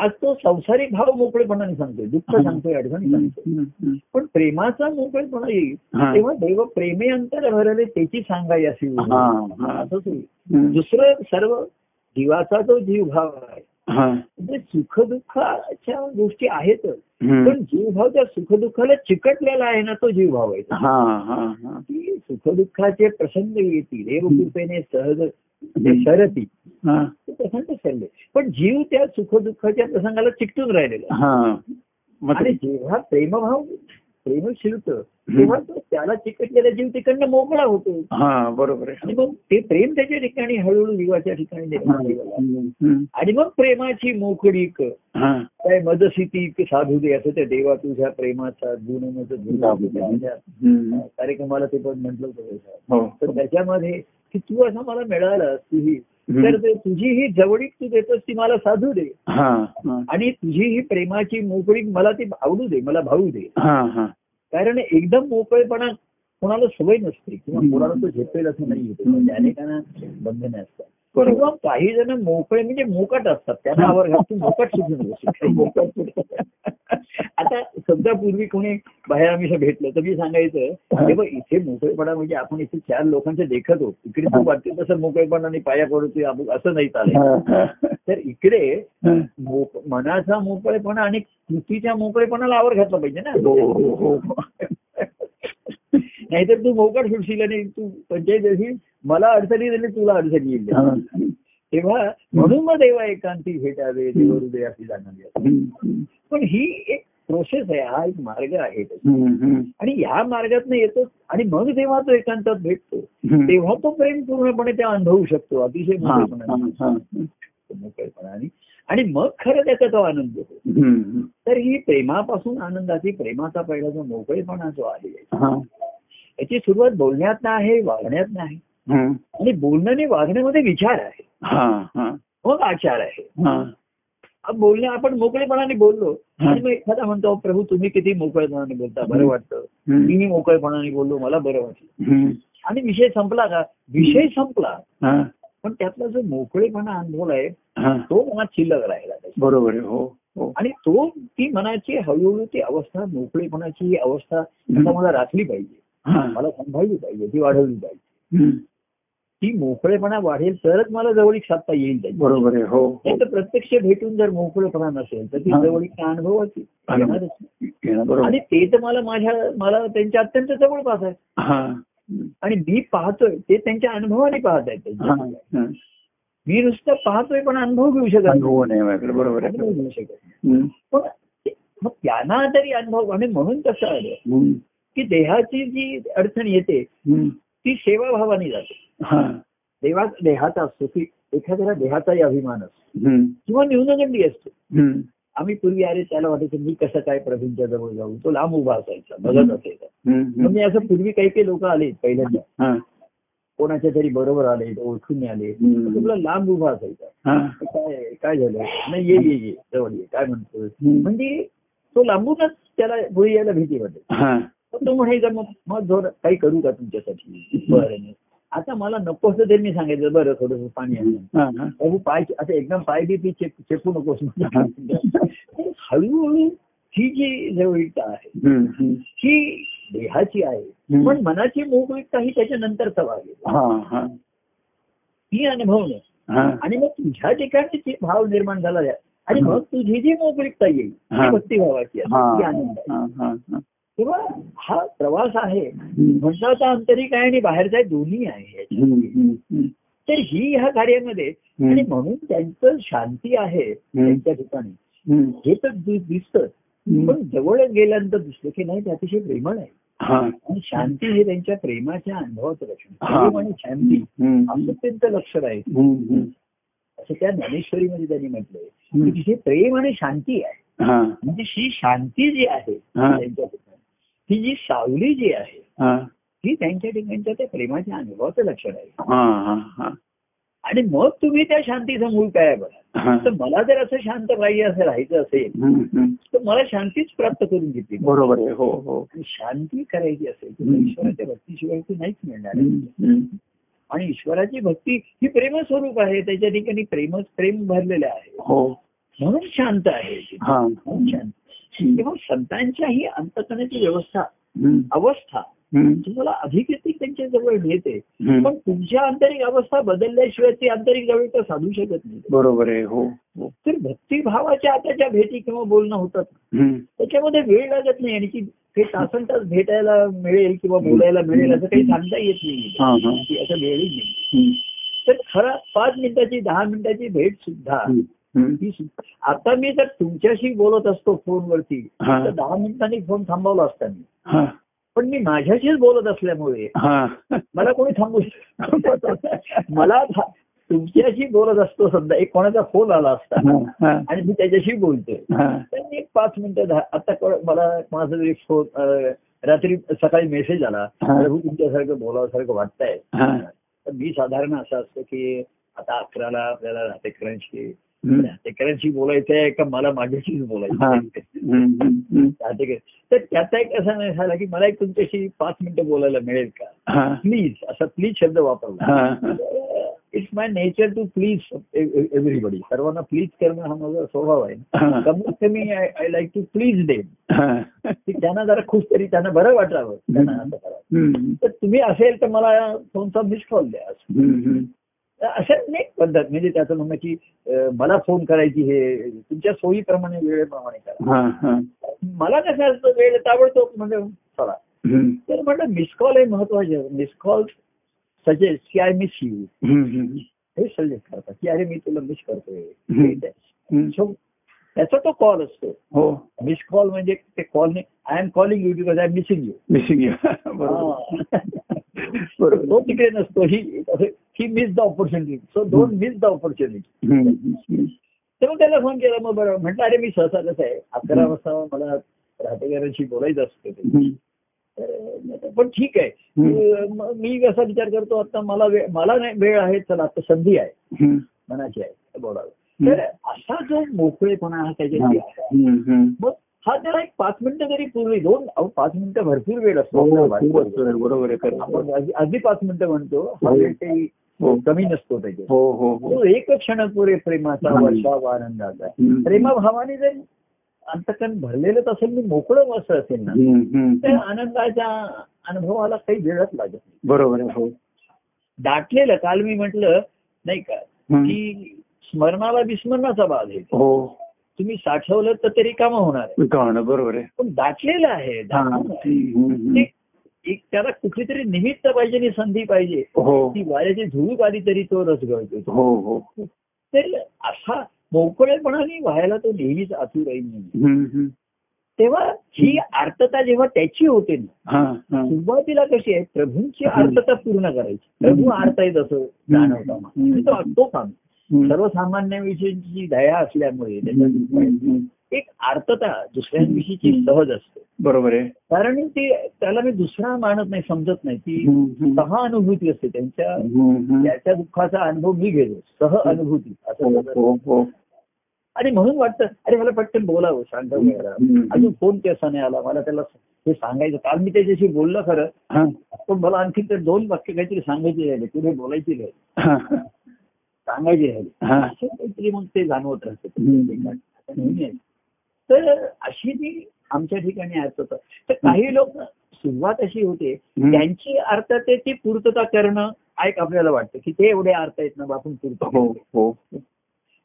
आज तो संसारिक भाव मोकळेपणाने सांगतोय दुःख
हा.
सांगतोय अडचणी
हम्म,
सांगतोय
हम्म, हम्म.
पण प्रेमाचा मोकळेपणा येईल
हा.
तेव्हा देव प्रेमे अंतर भरले त्याची सांगाई अशी
हा, हा.
असंच होईल.
हम्म.
दुसरं सर्व जीवाचा जो जीवभाव आहे
हा.
म्हणजे सुखदुःखाच्या गोष्टी आहेतच
हम्म.
पण जीवभाव त्या सुखदुःखाला चिकटलेला आहे ना तो जीवभाव आहे
हा, हा, हा.
की सुखदुःखाचे प्रसंग येतील देव कृपेने सहज सरती
हा.
ते प्रसंग सरले पण जीव त्या सुखदुःखाच्या प्रसंगाला चिकटून राहिलेला आहे.
हा. मग
आणि
ते-
जेव्हा प्रेमभाव प्रेम शिरतं तेव्हा तो त्याला चिकटलेला जीव तिकडनं मोकळा होतो
हा बरोबर आहे
आणि मग ते प्रेम त्याच्या ठिकाणी हळूहळू जीवाच्या ठिकाणी निर्माण होऊ लागलं.
हम्म, हम्म.
आणि मग प्रेमाची मोकळीक
हा.
काय मदसिती साधू दे असं त्या देवा तुझ्या प्रेमाचा गुण मज गुण
दाबू दे. हम्म.
कार्यक्रमाला ते पण म्हटलं होतं
हो
तर त्याच्यामध्ये की तू असं मला मिळालास तुझी
हम्म.
तर ते तुझी ही जवळीक तू देतोस ती मला साधू दे
हा हा.
आणि तुझी ही प्रेमाची मोकळीक मला ती आवडू दे मला भाऊ दे
हा हा
कारण एकदम मोकळेपणा कोणाला सवय नसते किंवा
हम्म.
कोणाला तो झेपेल असं नाही
हम्म.
म्हणजे अनेकांना बंधने असतात
बरोबर.
किंवा काही जण मोकळे म्हणजे मोकट असतात त्यांना आवर घालून मोकट सुद्धा आता समजा पूर्वी कोणी बाहेर आम्ही असं भेटलं तर मी सांगायचं हे बघ इथे मोकळेपणा म्हणजे आपण इथे चार लोकांचे देखत होत इकडे तू वाटते तसं मोकळेपणाने पाया पडतोय आपण असं नाही चालेल
हा, हा.
तर इकडे
हा.
मोक- मनाचा मोकळेपणा आणि कृतीच्या मोकळेपणाला आवर घातला पाहिजे ना
हो हो हो
नाहीतर तू मोकट सुटशील आणि तू पंचायत असेल मला अडचणी झाली तुला अडचणी येईल
हा.
तेव्हा म्हणून मग देवा एकांती भेटावे देव हृदयाशी जाणावे
हम्म,
पण ही एक प्रोसेस आहे हा एक मार्ग आहे त्याचा.
हम्म, हम्म.
आणि ह्या मार्गातनं येतो आणि मग जेव्हा तो एकांतात भेटतो
हम्म.
तेव्हा तो प्रेम पूर्णपणे त्या अनुभवू शकतो अतिशय
हा, हा,
मोकळेपणाने.
हा.
मोकळेपणाने आणि मग खरं त्याचा तो आनंद होतो
हम्म.
तर ही प्रेमापासून आनंदाची प्रेमाचा पहिला जो मोकळेपणा जो आहे
हा.
याची सुरुवात बोलण्यात आहे वागण्यात आहे
हम्म.
आणि बोलणं आणि वागण्यामध्ये विचार आहे
हा, हा,
मग आचार आहे
हा.
अब बोलण्या आपण मोकळेपणाने बोललो
हा.
आणि मग एखादा म्हणतो प्रभू तुम्ही किती मोकळेपणाने बोलता बरं वाटतं
हम्म.
मीही मोकळेपणाने बोललो मला बरं वाटलं
हम्म.
आणि विषय संपला का विषय संपला
हा,
पण त्यातला जो मोकळेपणा अनुभवलाय
हा.
तो मनात शिल्लक राहिला त्याच्या.
बरोबर आहे हो हो
आणि तो ती मनाची हळूहळू ती अवस्था मोकळेपणाची ही अवस्था आता मला राखली पाहिजे
हा.
मला सांभाळली पाहिजे ती वाढवली पाहिजे
हम्म.
ती मोकळेपणा वाढेल तरच मला जवळीक साधता येईल त्याची
बरोबर आहे हो हो.
नाही तर प्रत्यक्ष भेटून जर मोकळेपणा नसेल तर ती
हा.
जवळीकचा अनुभवाची येणारच नाही.
येणं बरोबर
आणि ते तर मला माझ्या मला त्यांच्या अत्यंत जवळपास आहे
हा
आणि मी पाहतोय ते त्यांच्या अनुभवाने पाहत आहेत
हा,
त्यांच्या.
हा.
मी नुसतं पाहतोय पण अनुभव घेऊ शकत नाही.
अनुभव नाही माझ्याकडे बरोबर आहे
अनुभव घेऊ शकत नाही.
हम्म.
पण ते- मग त्यांना तरी अनुभव आणि म्हणून कसं आलं
हम्म.
की देहाची जी अडचण येते
हम्म.
ती सेवाभावाने जाते
हा.
देवा देहाचा असतो की एखाद्याला देहाचाही अभिमान असतो
हम्म.
किंवा न्यूनगंडी असतो
हम्म.
आम्ही पूर्वी अरे त्याला वाटायचं मी कसं काय प्रभूंच्या जवळ जाऊ तो लांब उभा असायचा बघत असायचा
हम्म.
म्हणजे असं पूर्वी काही काही लोक आले पहिल्यांदा
हा.
कोणाच्या तरी बरोबर आले ओळखून आले
हम्म.
तुला लांब उभा असायचा
हा.
काय काय झालं नाही ये ये ये जवळ ये काय म्हणतोय
हम्म.
म्हणजे तो लांबूनच त्याला पुढे यायला भीती वाटते
हा
तर तो म्हणे "जर मग मग जोर काही करू का तुमच्यासाठी बरं आता मला नको असं त्यांनी सांगितलं बरं थोडस पाणी आणलं
हा, हा.
अहो पाय असं एकदम पाय बी ती चेप चेपू नकोस तर हळूहळू ही जी जवळीकता आहे
हम्म, हम्म.
ही देहाची आहे
हम्म.
पण मनाची मोकळीकता ही त्याच्यानंतर भाग आहे
हा, हा,
ही अनुभवणं
हा.
आणि मग तुझ्या ठिकाणी जे भाव निर्माण झाला आहे, आणि मग तुझी जी मोकळीकता येईल ती
हा.
भक्तिभावाची
हा,
आहे ती आनंद आहे
हा, हा, हा.
तेव्हा हा प्रवास आहे
हम्म,
म्हणतात आंतरिक आहे आणि बाहेरचा दोन्ही आहे
हम्म, हम्म, हम्म.
तर ही ह्या कार्यामध्ये
हम्म.
आणि म्हणून त्यांचं शांती आहे त्यांच्या ठिकाणी
हम्म,
हे तर दि- दिसतं
हम्म.
पण जवळ गेल्यानंतर दिसलं की नाही ते अतिशय प्रेमळ आहे
हा.
आणि शांती हे त्यांच्या प्रेमाच्या अनुभवाचं लक्षण
हा.
प्रेम आणि शांती
हम्म,
असं
हम्म,
त्यांचं लक्षण आहे
हम्म,
असं त्या ज्ञानेश्वरीमध्ये त्यांनी म्हटलंय की
हम्म.
तिथे प्रेम आणि शांती आहे
हा,
म्हणजे ही शांती जी आहे
हा.
त्यांच्या ठिकाणी ही जी सावली जी आहे
हा,
ही त्यांच्या ठिकाणच्या त्या प्रेमाच्या अनुभवाचं लक्षण आहे
हा, हा, हा.
आणि मग तुम्ही त्या शांतीचं मूळ काय आहे बघा
हा.
तर मला जर असं शांत पाहिजे असं राहायचं असेल
हम्म, हम्म.
तर मला शांतीच प्राप्त करून घेतली पाहिजे.
बरोबर आहे हो हो
आणि शांती करायची असेल तर
हम्म.
ईश्वराच्या भक्तीशिवाय ती नाहीच मिळणार आहे.
हम्म, हम्म.
आणि ईश्वराची भक्ती ही प्रेमस्वरूप आहे त्याच्या ठिकाणी प्रेमच प्रेम भरलेलं आहे
हो
म्हणून शांत आहे ती.
हा
म्हणून शांत तेव्हा संतांच्या ही अंतकरणाची व्यवस्था
हम्म,
अवस्था
हम्म,
तुम्हाला अधिकृतिक त्यांच्या जवळ नेते
हम्म.
पण तुमच्या आंतरिक अवस्था बदलल्याशिवाय ती आंतरिक जवळता साधू शकत नाही
बरोबर आहे हो हो
तर भक्तिभावाच्या आता ज्या भेटी किंवा बोलणं होतात
हम्म,
त्याच्यामध्ये वेळ लागत नाही आणि ती ते तासन तास भेटायला मिळेल किंवा बोलायला मिळेल असं काही सांगता येत नाही
हा, हा.
की असं वेळही नाही
हम्म,
तर खरा पाच मिनिटाची दहा मिनिटाची भेट सुद्धा
हम्म, हम्म.
ही सुद्धा- आता मी जर तुमच्याशी बोलत असतो फोनवरती
हा.
तर दहा मिनिटांनी फोन थांबवला असता मी
हा,
पण मी माझ्याशीच बोलत असल्यामुळे
हा.
मला कोणी थांबू शक- मला था- तुमच्याशी बोलत असतो समजा एक कोणाचा फोन आला असता
हा, हा,
आणि मी त्याच्याशी बोलतोय
हा.
तर मी एक पाच मिनिटं दहा आता कोण- मला कोणाचा तरी फोन अं, रात्री सकाळी मेसेज आला
हा.
प्रभू तुमच्यासारखं बोलावसारखं वाटतंय
हा.
तर मी साधारण असं असतं की आता अकराला आपल्याला राहतेकरांशी
हम्म,
राहतेकरांशी बोलायचंय का मला माझ्याशीच
हा.
बोलायचं
हम्म, हम्म, हम्म.
राहतेकर तर त्याचा एक असा नाही झाला की मला एक तुमच्याशी पाच मिनिटं बोलायला मिळेल का
हा,
प्लीज असा प्लीज शब्द वापरला
हा, हा.
It's my nature to please everybody सर्वांना प्लीज करणं हा माझा स्वभाव आहे
हा.
कमीत कमी I like to please them
हा.
की त्यांना जरा खुश तरी त्यांना बरं वाटावं त्यांना असं करावं
हम्म,
तर तुम्ही असेल तर मला तुमचा मिस कॉल द्या असं
हम्म, हम्म.
अशा अनेक पद्धत म्हणजे त्याचं म्हणणं की अं, मला फोन करायची हे तुमच्या सोयीप्रमाणे वेळेप्रमाणे करा
हा, हा.
मला कसं असतं वेळ ताबडतोब म्हणजे चला
हम्म,
तर म्हटलं मिस कॉल हे महत्वाचे मिस कॉल सजेस्ट की आय मिस यू
हम्म, हम्म.
हे सजेस्ट करतात की अरे मी तुला मिस करतोय
हम्म. हम्म.
So, त्याचा तो कॉल असतो
हो
मिस कॉल म्हणजे ते कॉल नाही I am calling you because I am missing you
missing बरोबर बरोबर.
तो तिकडे नसतो ही ही miss the opportunity so don't miss the opportunity
हम्म, हम्म.
तेव्हा त्याला फोन केला मग बरं म्हटलं अरे मी सहसा कसं आहे अकरा
हम्म.
वाजता मला राहतेकरांशी बोलायचं असतं ते.
हम्म,
तर, पण ठीक आहे
हम्म.
अं, मग मी कसा विचार करतो आता मला वेळ मला नाही वेळ आहे चला आता संधी आहे
हम्म.
मनाची आहे तर बोलावं तर असा जो मोकळेपणा हा त्याच्याशी आहे
हम्म, हम्म.
मग हा त्याला एक पाच मिनिटं तरी पूर्वी दोन अहो, पाच मिनिटं भरपूर वेळ असतो
हो,
आपल्या
खूप
भारतात.
असतो बरोबर आहे खरं.
आपण अगदी- अगदी पाच मिनिटं म्हणतो हा
हो.
वेळ काही
हो
कमी नसतो त्याच्यात
हो हो हो
तो एक क्षण पुरे प्रेमाचा
हम्म.
वर्षा आनंदाचा
हम्म.
प्रेमभावाने जर अंतकण भरलेलंच असेल मी मोकळं असं असेल ना
हम्म, हम्म,
तर
हम्म.
आनंदाच्या अनुभवाला काही वेळच लागत नाही
बरोबर आहे हो
दाटलेलं काल मी म्हटलं नाही का
हम्म.
की स्मरणाला विस्मरणाचा भाग आहे
हो
तुम्ही साठवलं तर तरी काम होणार आहे
कळणं बरोबर आहे
पण दाटलेलं आहे
हा.
दाटलेलं आहे.
हम्म, हम्म.
ते एक त्याला कुठलीतरी निमित्त पाहिजे आणि संधी पाहिजे
हो
ती वाऱ्याची झुळूक आली तरी तो रस गळतो
हो हो
तर असा मोकळेपणाने व्हायला तो नेहमीच आतुर आहे नेहमी.
हम्म, हम्म.
तेव्हा ही आर्तता जेव्हा त्याची होते ना
हा, हा.
सुरुवातीला कशी आहे प्रभूंची आर्तता पूर्ण करायची प्रभू आर्त आहेत असं जाणवता तो असतो काम
हम्म.
सर्वसामान्यांविषयीची दया असल्यामुळे
हम्म,
त्याच्यात
हम्म, हम्म.
एक आर्तता दुसऱ्यांविषयीची सहज असते
बरोबर आहे
कारण ती त्याला मी दुसरा मानत नाही समजत नाही ती
हम्म, हम्म.
सह अनुभूती असते त्यांच्या
हम्म, हम्म.
त्याच्या दुःखाचा अनुभव मी घेतो सह अनुभूती असं
हो
त्याचं-
हो हो
आणि म्हणून वाटतं अरे मला पटकन बोलावं शांत व्हायला.
हम्म.
अजून फोन कसा नाही आला मला त्याला हे सांगायचं काल मी त्याच्याशी बोललं खरं
हा,
पण मला आणखी ते दोन वाक्य काहीतरी सांगायची राहिले पुढे बोलायची राहिली
हा,
सांगायची राहिली
हा.
असं काहीतरी मग ते जाणवत राहते
हम्म.
आता नेहमी आहे. तर अशी ती आमच्या ठिकाणी आज होतं तर काही लोक सुरुवात अशी होते
हम्म.
त्यांची अर्थ ते ती पूर्तता करणं ऐक आपल्याला वाटतं की ते एवढे अर्थ आहेत ना बा, आपण
हो
पूर्त
हो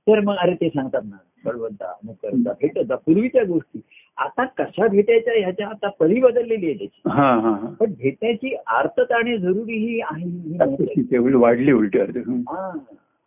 तर मग अरे ते सांगतात ना बळवंता अमुक करता भेटता पूर्वीच्या गोष्टी आता कशा भेटायच्या ह्याच्या आता परी बदललेली आहे त्याची
हा हा हा.
पण भेटायची अर्थता आणि जरुरी ही आहे ही महत्वाची.
ती तेवढी वाढली उलटी अर्धी हम्म.
हा,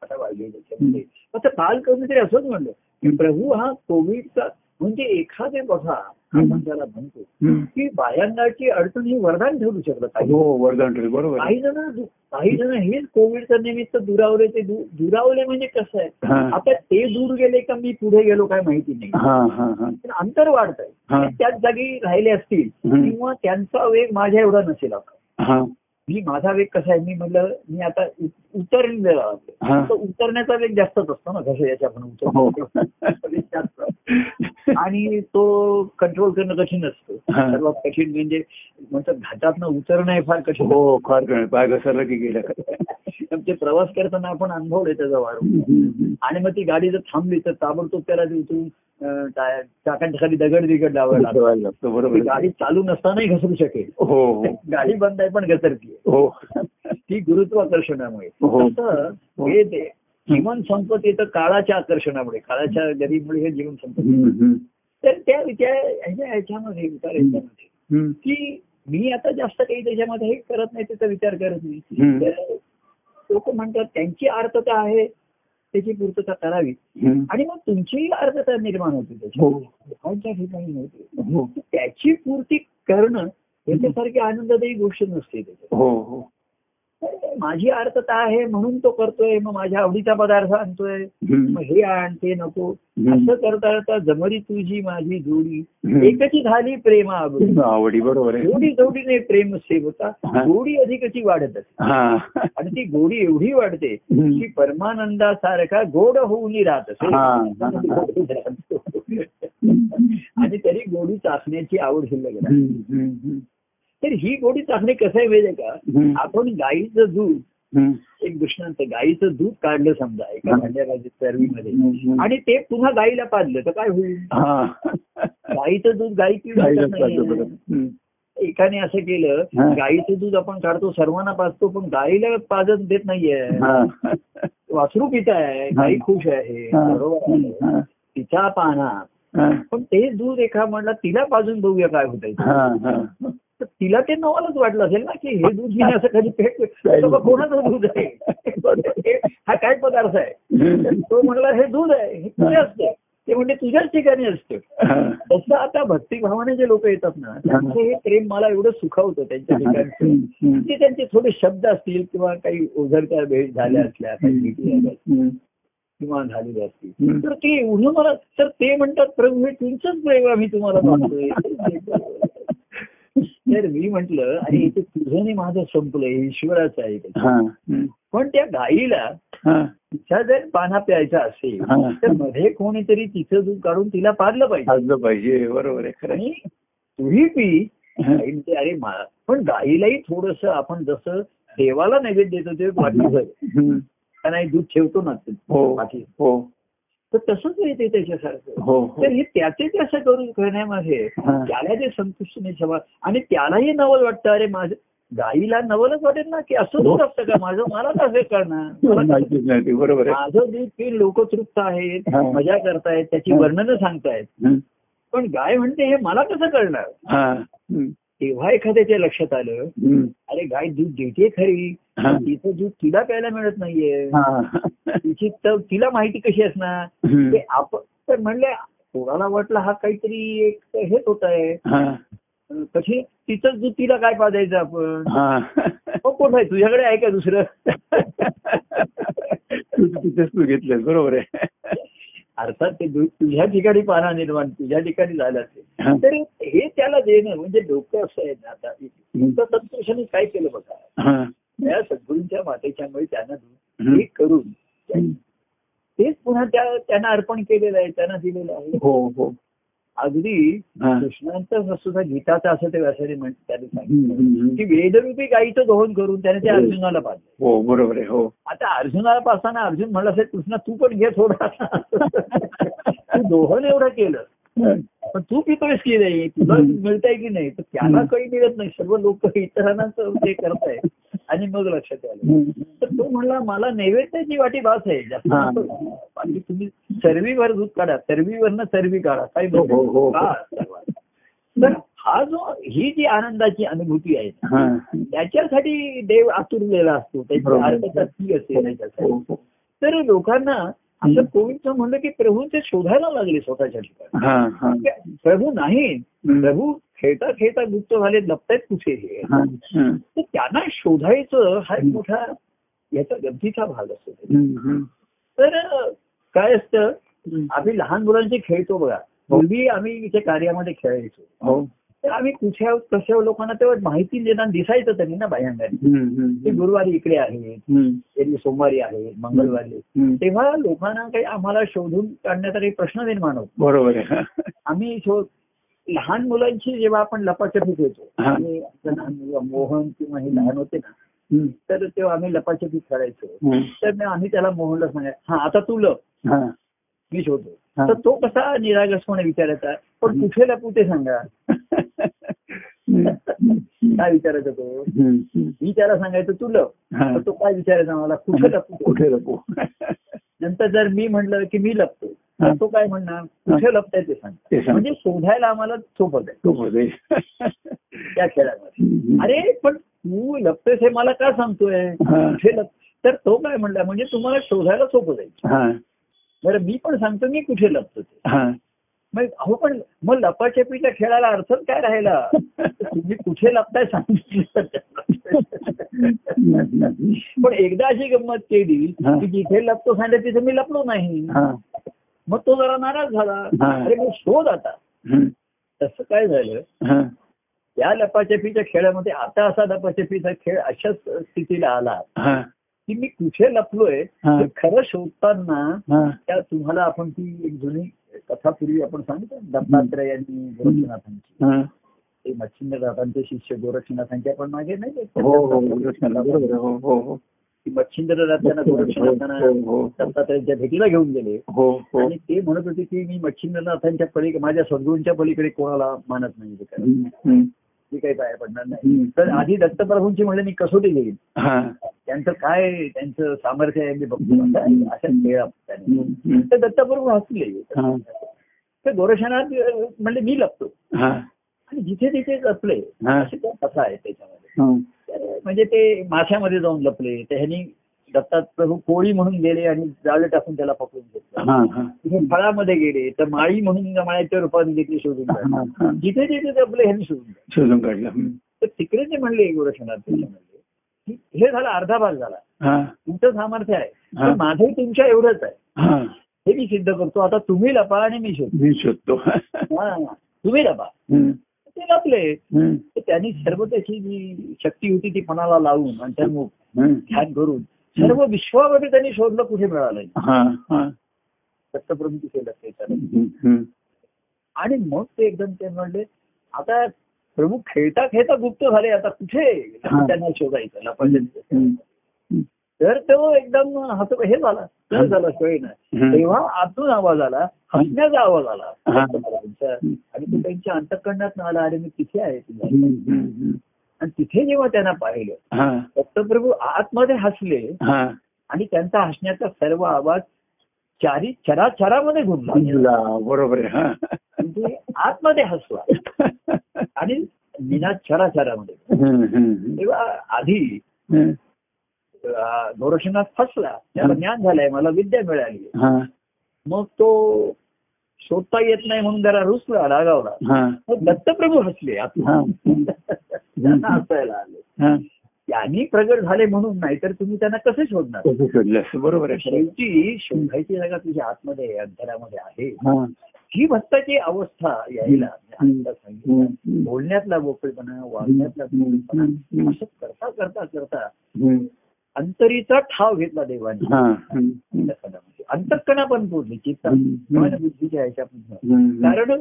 आता वाढली त्याच्यामध्ये आता काल करून तरी असंच म्हणलं की प्रभू हा कोविडचा म्हणजे एखादे बघा आपण त्याला म्हणतो
हम्म.
की बायांची अडचण ही वरदान ठरू शकलं काही
हो वरदान ठरेल बरोबर आहे.
काही जण दु- काही जण हेच कोविडचं निमित्त दुरावले ते दु- दुरावले म्हणजे कसं आहे
हा.
आता ते दूर गेले का मी पुढे गेलो काय माहिती नाही
हा हा हा
पण अंतर वाढत
हा.
आहे त्याच जागी राहिले असतील
हम्म.
किंवा त्यांचा वेग माझ्या एवढा नसेल आता.
हा
मी माझा वेग कसा आहे मी म्हटलं मी आता उ- उतरलेलो आहे.
हा.
तर उतरण्याचा वेग जास्तच असतो ना कसं याच्या आपण
हो.
उतरतो वेग जास्त. आणि तो कंट्रोल करणं कठीण असतं
हा.
सर्वात कठीण म्हणजे म्हणतात घाटातनं उतरणं हे फार कठीण
हो फार कळ पाय घसरला की गेला काय
ते प्रवास करताना आपण अनुभवले त्याचा वाढून आणि मग ती गाडी जर थांबली तर ताबडतोब त्याला ते उचलून अं, टाय- चाकांच्या खाली दगड बिगड लावायला लागतो.
लागतो
ती
बरोबर आहे.
गाडी चालू नसतानाही घसरू शकेल
हो हो
गाडी बंद आहे पण घसरतीये
हो
ती गुरुत्वाकर्षणामुळे
हो.
तसं हे ते जीवन संपत येतं काळाच्या आकर्षणामुळे काळाच्या गरीमुळे हे जीवन संपत
हम्म, हम्म.
तर त्या विचार ह्याच्या- ह्याच्यामध्ये विचार ह्याच्यामध्ये
हम्म,
की मी आता जास्त काही त्याच्यामध्ये हे करत नाही त्याचा विचार करत नाही
हम्म,
तर लोक म्हणतात त्यांची अर्थता आहे त्याची पूर्तता करावी
हम्म.
आणि मग तुमचीही अर्थता निर्माण होते
हो
त्याची लोकांच्या ठिकाणी होते
हो
त्याची पूर्ती करणं याच्यासारखी आनंददायी गोष्ट नसते त्याच्यात
हो हो
तर माझी अर्थता आहे म्हणून तो करतोय मग माझ्या आवडीचा पदार्थ आणतोय मग
हम्म,
हे आण ते नको
हम्म.
असं करता करता जमरी तुझी माझी जोडी
हम्म.
एकची झाली प्रेमा अगोदर
आवडी बरोबर आहे
जोडी जोडीने प्रेम सेवता
हा.
गोडी अधिकची वाढत असते
हा
आणि ती गोडी एवढी वाढते
हम्म.
की परमानंदासारखा गोड होऊन राहत
हा, हा,
असे आणि तरी गोडी चाचण्याची आवड शिल्लक राहते.
हम्म, हम्म, हम्म.
तर ही गोडी चाचणी कसं आहे माहितीये का
हम्म,
आपण गाईचं दूध
हम्म.
एक दृष्टांत गाईचं दूध काढलं समजा एका
हा.
भांड्यामध्ये चरवीमध्ये
हम्म.
आणि ते पुन्हा गाईला पाजलं तर काय होईल
हा.
गाईचं दूध गाई
राहिलं पाहिजे बरं.
पिढी
हम्म.
एकाने असं केलं
हा.
गाईचं दूध आपण काढतो सर्वांना पाजतो पण गाईला पाजत देत नाहीये
हा.
वासरू पित आहे गाई खुश आहे
हा.
बरोबर आहे.
हा.
तिचा पाहणार
हा.
पण ते दूध एका म्हणला तिला पाजून बघूया काय होतंय ते.
हा, हा.
तर तिला ते नवालाच वाटलं असेल ना की हे दूध घेणे असं कधी पेट बाबा कोणाचं दूध आहे हे- हा काय पदार्थ आहे तर तो म्हणला हे दूध आहे हे तुझे असतं ते म्हणजे तुझ्याच ठिकाणी असतं
हा.
तसं आता भक्तिभावाने जे लोक येतात ना त्यांचं हे प्रेम मला एवढं सुखावतं त्यांच्या ठिकाणचं
हम्म.
ते त्यांचे थोडे शब्द असतील किंवा काही ओझरत्या भेट झाल्या असल्या काही भेटी झाल्या असतील
हम्म.
किंवा झालेल्या असतील
हम्म.
तर ते एवढं मला तर ते म्हणतात प्रभू हे तुमचंच प्रेम आम्ही तुम्हाला मानतोय तर मी म्हंटल आणि इथे तुझं नाही माझं संपलं हे ईश्वराचं आहे ते.
हा. हम्म.
पण त्या गाईला
हा.
तिचा जर पाना प्यायचा असेल
हा.
तर मध्ये कोणीतरी तिचं दूध काढून तिला पाजलं पाहिजे
खाल्लं पाहिजे बरोबर आहे खरं
आणि तूही पी
आहे.
आई म्हणते, अरे मा- पण गाईलाही थोडस आपण जसं देवाला नैवेद्य देतो ते वाटलं
हम्म.
नाही दूध ठेवतो ना ते
हो
पाठी.
हो
तर तसंच आहे ते त्याच्यासारखं
हो
तर
हो
हे त्याचे ते असं करून करण्यामध्ये
हा.
त्याला ते संतुष्ट नाही सभा आणि त्यालाही नवल वाटतं अरे माझं गाईला नवलच वाटेल ना की असं दूध असतं का माझं मला कसं करणार
मला
मला कसं-
माहितीच हो, नाही ते बरोबर आहे
माझं दूध ते लोक तृप्त आहेत
हा.
मजा करतायत त्याची
हा.
वर्णनं सांगतायत
हम्म.
पण गाय म्हणते हे मला कसं करणार
हा. हम्म.
तेव्हा एखाद्याच्या लक्षात आलं
हम्म.
अरे गाय दूध देते खरी
हा.
पण तिचं दूध तिला प्यायला मिळत नाहीये
हा.
तिची तर तिला माहिती कशी असणार
हम्म.
ते आपण तर म्हणले कोणाला वाटलं हा काहीतरी एक हेच होत आहे
हा.
कशी तिचं दूध तिला काय पाजायचं आपण
हा.
हो कोण आहे तुझ्याकडे आहे का दुसरं
तू तिथेच तू घेतलंस बरोबर आहे
अर्थात ते दूध तुझ्या ठिकाणी पाना निर्माण तुझ्या ठिकाणी झालं
हा.
असेल तर हे त्याला देणं म्हणजे डोकं असं आहे ना आता
हम्म.
तर संतोषाने काय केलं बघा
हा.
या सद्गुरूंच्या मातेच्यामुळे त्यांना दूध
हम्म.
हे करून तेच पुन्हा त्या त्यांना अर्पण केलेलं आहे त्यांना दिलेलं आहे
हो हो
अगदी
हा.
कृष्णांचं सुद्धा गीताचं असं ते व्यासाने म्हणत त्यांनी
हम्म,
सांगितलं
हम्म,
की
हम्म.
वेदरूपी गायीचं दोहन करून त्याने ते
हो.
अर्जुनाला पाहिलं
हो बरोबर आहे हो
आता अर्जुनाला पाहताना अर्जुन म्हणला असेल कृष्णा तू पण घे थोडा तू दोहन एवढं केलं पण तू पितोयस की नाही तुला
हम्म.
मिळतंय की नाही तर त्याला
हम्म.
काही मिळत नाही सर्व लोक इतरांना तर ते करताय आणि मग लक्षात आलं तर तो म्हणला मला नैवेद्याची वाटी भास आहे जास्त
हा.
नको. बाकी तुम्ही सर्वीवर दूध काढा सर्वीवरनं सर्वी काढा काय
हो, हो, हो.
हा, सर्वात. तर हा जो ही जी आनंदाची अनुभूती आहे
हा.
त्याच्यासाठी देव आतुरलेला असतो त्याची
बरोबर.
अर्थता ती असते त्याच्यासाठी
हो, हो.
तर लोकांना असं कोविडचं म्हणलं की प्रभूंचे शोधायला लागले स्वतःच्या ठिकाणी
हा, हा.
प्रभू नाही प्रभू खेळता खेळता गुप्त झाले लपतायत कुठे हे
हा, हा.
तर त्यांना शोधायचं हा एक
हं.
मोठा याचा गमतीचा भाग असतो
हम्म, हम्म.
तर अं, काय असतं
हम्म.
आम्ही लहान मुलांशी खेळतो बघा पूर्वी आम्ही इथे कार्यामध्ये खेळायचो
हो
तर आम्ही कुठल्या कशा लोकांना तेव्हा माहिती देताना दिसायचं त्यांनी ना बाह्यांनी
हम्म, हम्म,
ते
हम्म.
गुरुवारी इकडे आहे
हम्म,
त्यांनी सोमवारी आहे मंगळवारी
हम्म.
तेव्हा लोकांना काही आम्हाला शोधून काढण्याचा काही प्रश्न निर्माण होतो
बरोबर आहे
आम्ही शोध लहान मुलांशी जेव्हा आपण लपाछपी खेळतो
हा.
आणि आमचा लहान मुलगा मोहन किंवा हे लहान होते ना
हम्म,
तर तेव्हा आम्ही लपाछपी खेळायचो
हम्म.
तर मग आम्ही त्याला मोहनला सांगायचं हा आता तू लप
हा,
मी शोधतो
हा.
तर तो कसा निरागसपणे विचारायचा पण कुठे लपू ते सांगा
हम्म, हम्म.
काय विचारायचं तो
हम्म, हम्म.
मी त्याला सांगायचं तू लप
हा.
तर तो काय विचारायचा मला कुठे लपू ते?
कुठे लपू
नंतर जर मी म्हटलं की मी लपतो तर तो काय म्हणणार कुठे लपताय ते सांग
ते सांग.
म्हणजे शोधायला आम्हाला सोपत आहे
तो बोले
त्या खेळामध्ये अरे पण तू लपतेस हे मला का सांगतोय
हा.
कुठे लप तर तो काय म्हणला म्हणजे तुम्हाला शोधायला सोपं जाईल
हा
बरं मी पण सांगतो मी कुठे लपतो ते
हा
मग अहो पण मग लपाछपीच्या खेळाला अर्थच काय राहिला तुम्ही कुठे लपताय सांगितलं पण एकदा अशी गंमत केली
हा.
की जिथे लपतो सांगितलं तिथे मी लपलो नाही
हा.
मग तो जरा नाराज झाला
हा.
अरे मग शोध आता
हम्म.
तसं काय झालं
हा.
या लपाछपीच्या खेळामध्ये आता असा लपाछपीचा खेळ अशा स्थितीला आला
हा.
की मी कुठे लपलोय
हा.
हे खरं शोधताना
हा.
त्या तुम्हाला आपण ती एक जुनी कथा पूर्वी आपण सांगितलं ना, दत्तात्रय यांनी गोरक्षनाथांची
हा.
ते मच्छिंद्रनाथांचे शिष्य गोरक्षनाथांचे आपण मागे नाही का?
हो हो बरोबर आहे. हो हो हो
की मच्छिंद्रनाथ त्यांना गोरक्षनाथांना
हो, हो.
दत्तात्रयांच्या भेटीला घेऊन गेले
हो हो
आणि ते म्हणत होते की मी मच्छिंद्रनाथांच्या पलीकडे माझ्या सद्गुरूंच्या पलीकडे कोणाला मानत नाही ते काय.
हम्म. हम्म.
मी काही पाया पडणार नाही
हम्म.
तर आधी दत्तप्रभूंची म्हणले मी कसोटी घेईन
हा.
त्यांचं काय त्यांचं सामर्थ्य आहे मी बघतो
हम्म.
आता अशा खेळ आपण त्यांनी.
हम्म. हम्म.
तर दत्तप्रभू हसले
हा.
तर गोरक्षनाथ अं, म्हणले मी लपतो
हा.
आणि जिथे तिथे लपले
हा.
अशी त्या कथा आहे त्याच्यामध्ये
हा.
तर म्हणजे ते माथ्यामध्ये जाऊन लपले तर ह्यांनी दत्तात प्रभू कोळी म्हणून गेले आणि जाळं टाकून त्याला पकडून घेतलं
हा. हा.
तिथे फळामध्ये गेले तर माळी म्हणून माळ्याच्या रूपाने घेतली शोधून काढली.
हा. हा.
जिथे जिथे लपले ह्यांनी शोधून काढलं.
शोधून काढलं हम्म.
तर तिकडे जे म्हणले गोरक्षनाथ त्याच्यामध्ये की हे झालं अर्धा भाग झाला
हा.
तुमचं सामर्थ्य आहे
हा.
पण माझंही तुमच्या एवढंच आहे
हा.
हे मी सिद्ध करतो आता तुम्ही लपा आणि मी शोधतो
मी शोधतो
हा. तुम्ही लपा
हम्म.
ते लपले
हम्म.
तर त्यांनी सर्व त्याची जी शक्ती होती ती पणाला लावून आणि त्या मु-
हम्म.
ध्यान करून सर्व विश्वामध्ये त्यांनी शोधलं कुठे मिळालं
हा. हा.
दत्तप्रभू तिथे लपले त्याला.
हम्म. हम्म.
आणि मग ते एकदम ते म्हणले आता प्रभू खेळता खेळता गुप्त झाले आता कुठे
हा.
त्यांना शोधायचं लपायचं
हम्म.
तर तो एकदम हस हे झाला
हा.
हे झाला कळेना
हम्म.
तेव्हा आतून आवाज आला हसण्याचा आवाज आला
हा.
दत्तप्रभूंचा. आणि तो त्यांच्या अंतकरणात आला आणि मी तिथे आहे तुझ्या.
हम्म. हम्म.
आणि तिथे जेव्हा त्यांना पाहिलं
हा.
दत्तप्रभू आतमध्ये हसले
हा.
आणि त्यांचा हसण्याचा सर्व आवाज चारी चराचरामध्ये घुमला
ला, बरोबर आहे हा.
म्हणजे आतमध्ये हसला
हम्म.
आणि निनाद चराचरामध्ये
हम्म.
तेव्हा आधी
हम्म.
अं, गोरक्षनाथ फसला त्याला ज्ञान झालंय मला विद्या मिळाली
हा.
मग तो शोधता येत नाही म्हणून जरा रुसला रागावला
हा.
मग दत्तप्रभू हसले आत-
हा.
त्यांना हसायला आले
हा.
त्यांनी प्रगट झाले म्हणून नाही तर तुम्ही त्यांना कसे शोधणार
तसं शोधलंस बरोबर आहे
शेवटी शोधायची जागा तुझ्या आतमध्ये आहे, अंतरामध्ये आहे
हा.
ही भक्ताची अवस्था यायला
हम्म.
आता सांगितलं.
हम्म.
बोलण्यातला मोकळेपणा वागण्यातला मोकळेपणा
हम्म.
असं करता करता करता
हम्म.
अंतरीचा ठाव घेतला देवाने
हा. हम्म.
त्या सणामध्ये. अंतकणापर्यंत पोहोचली चित्ता
हम्म.
मन बुद्धीच्या ह्याच्यापासून
हम्म.
कारण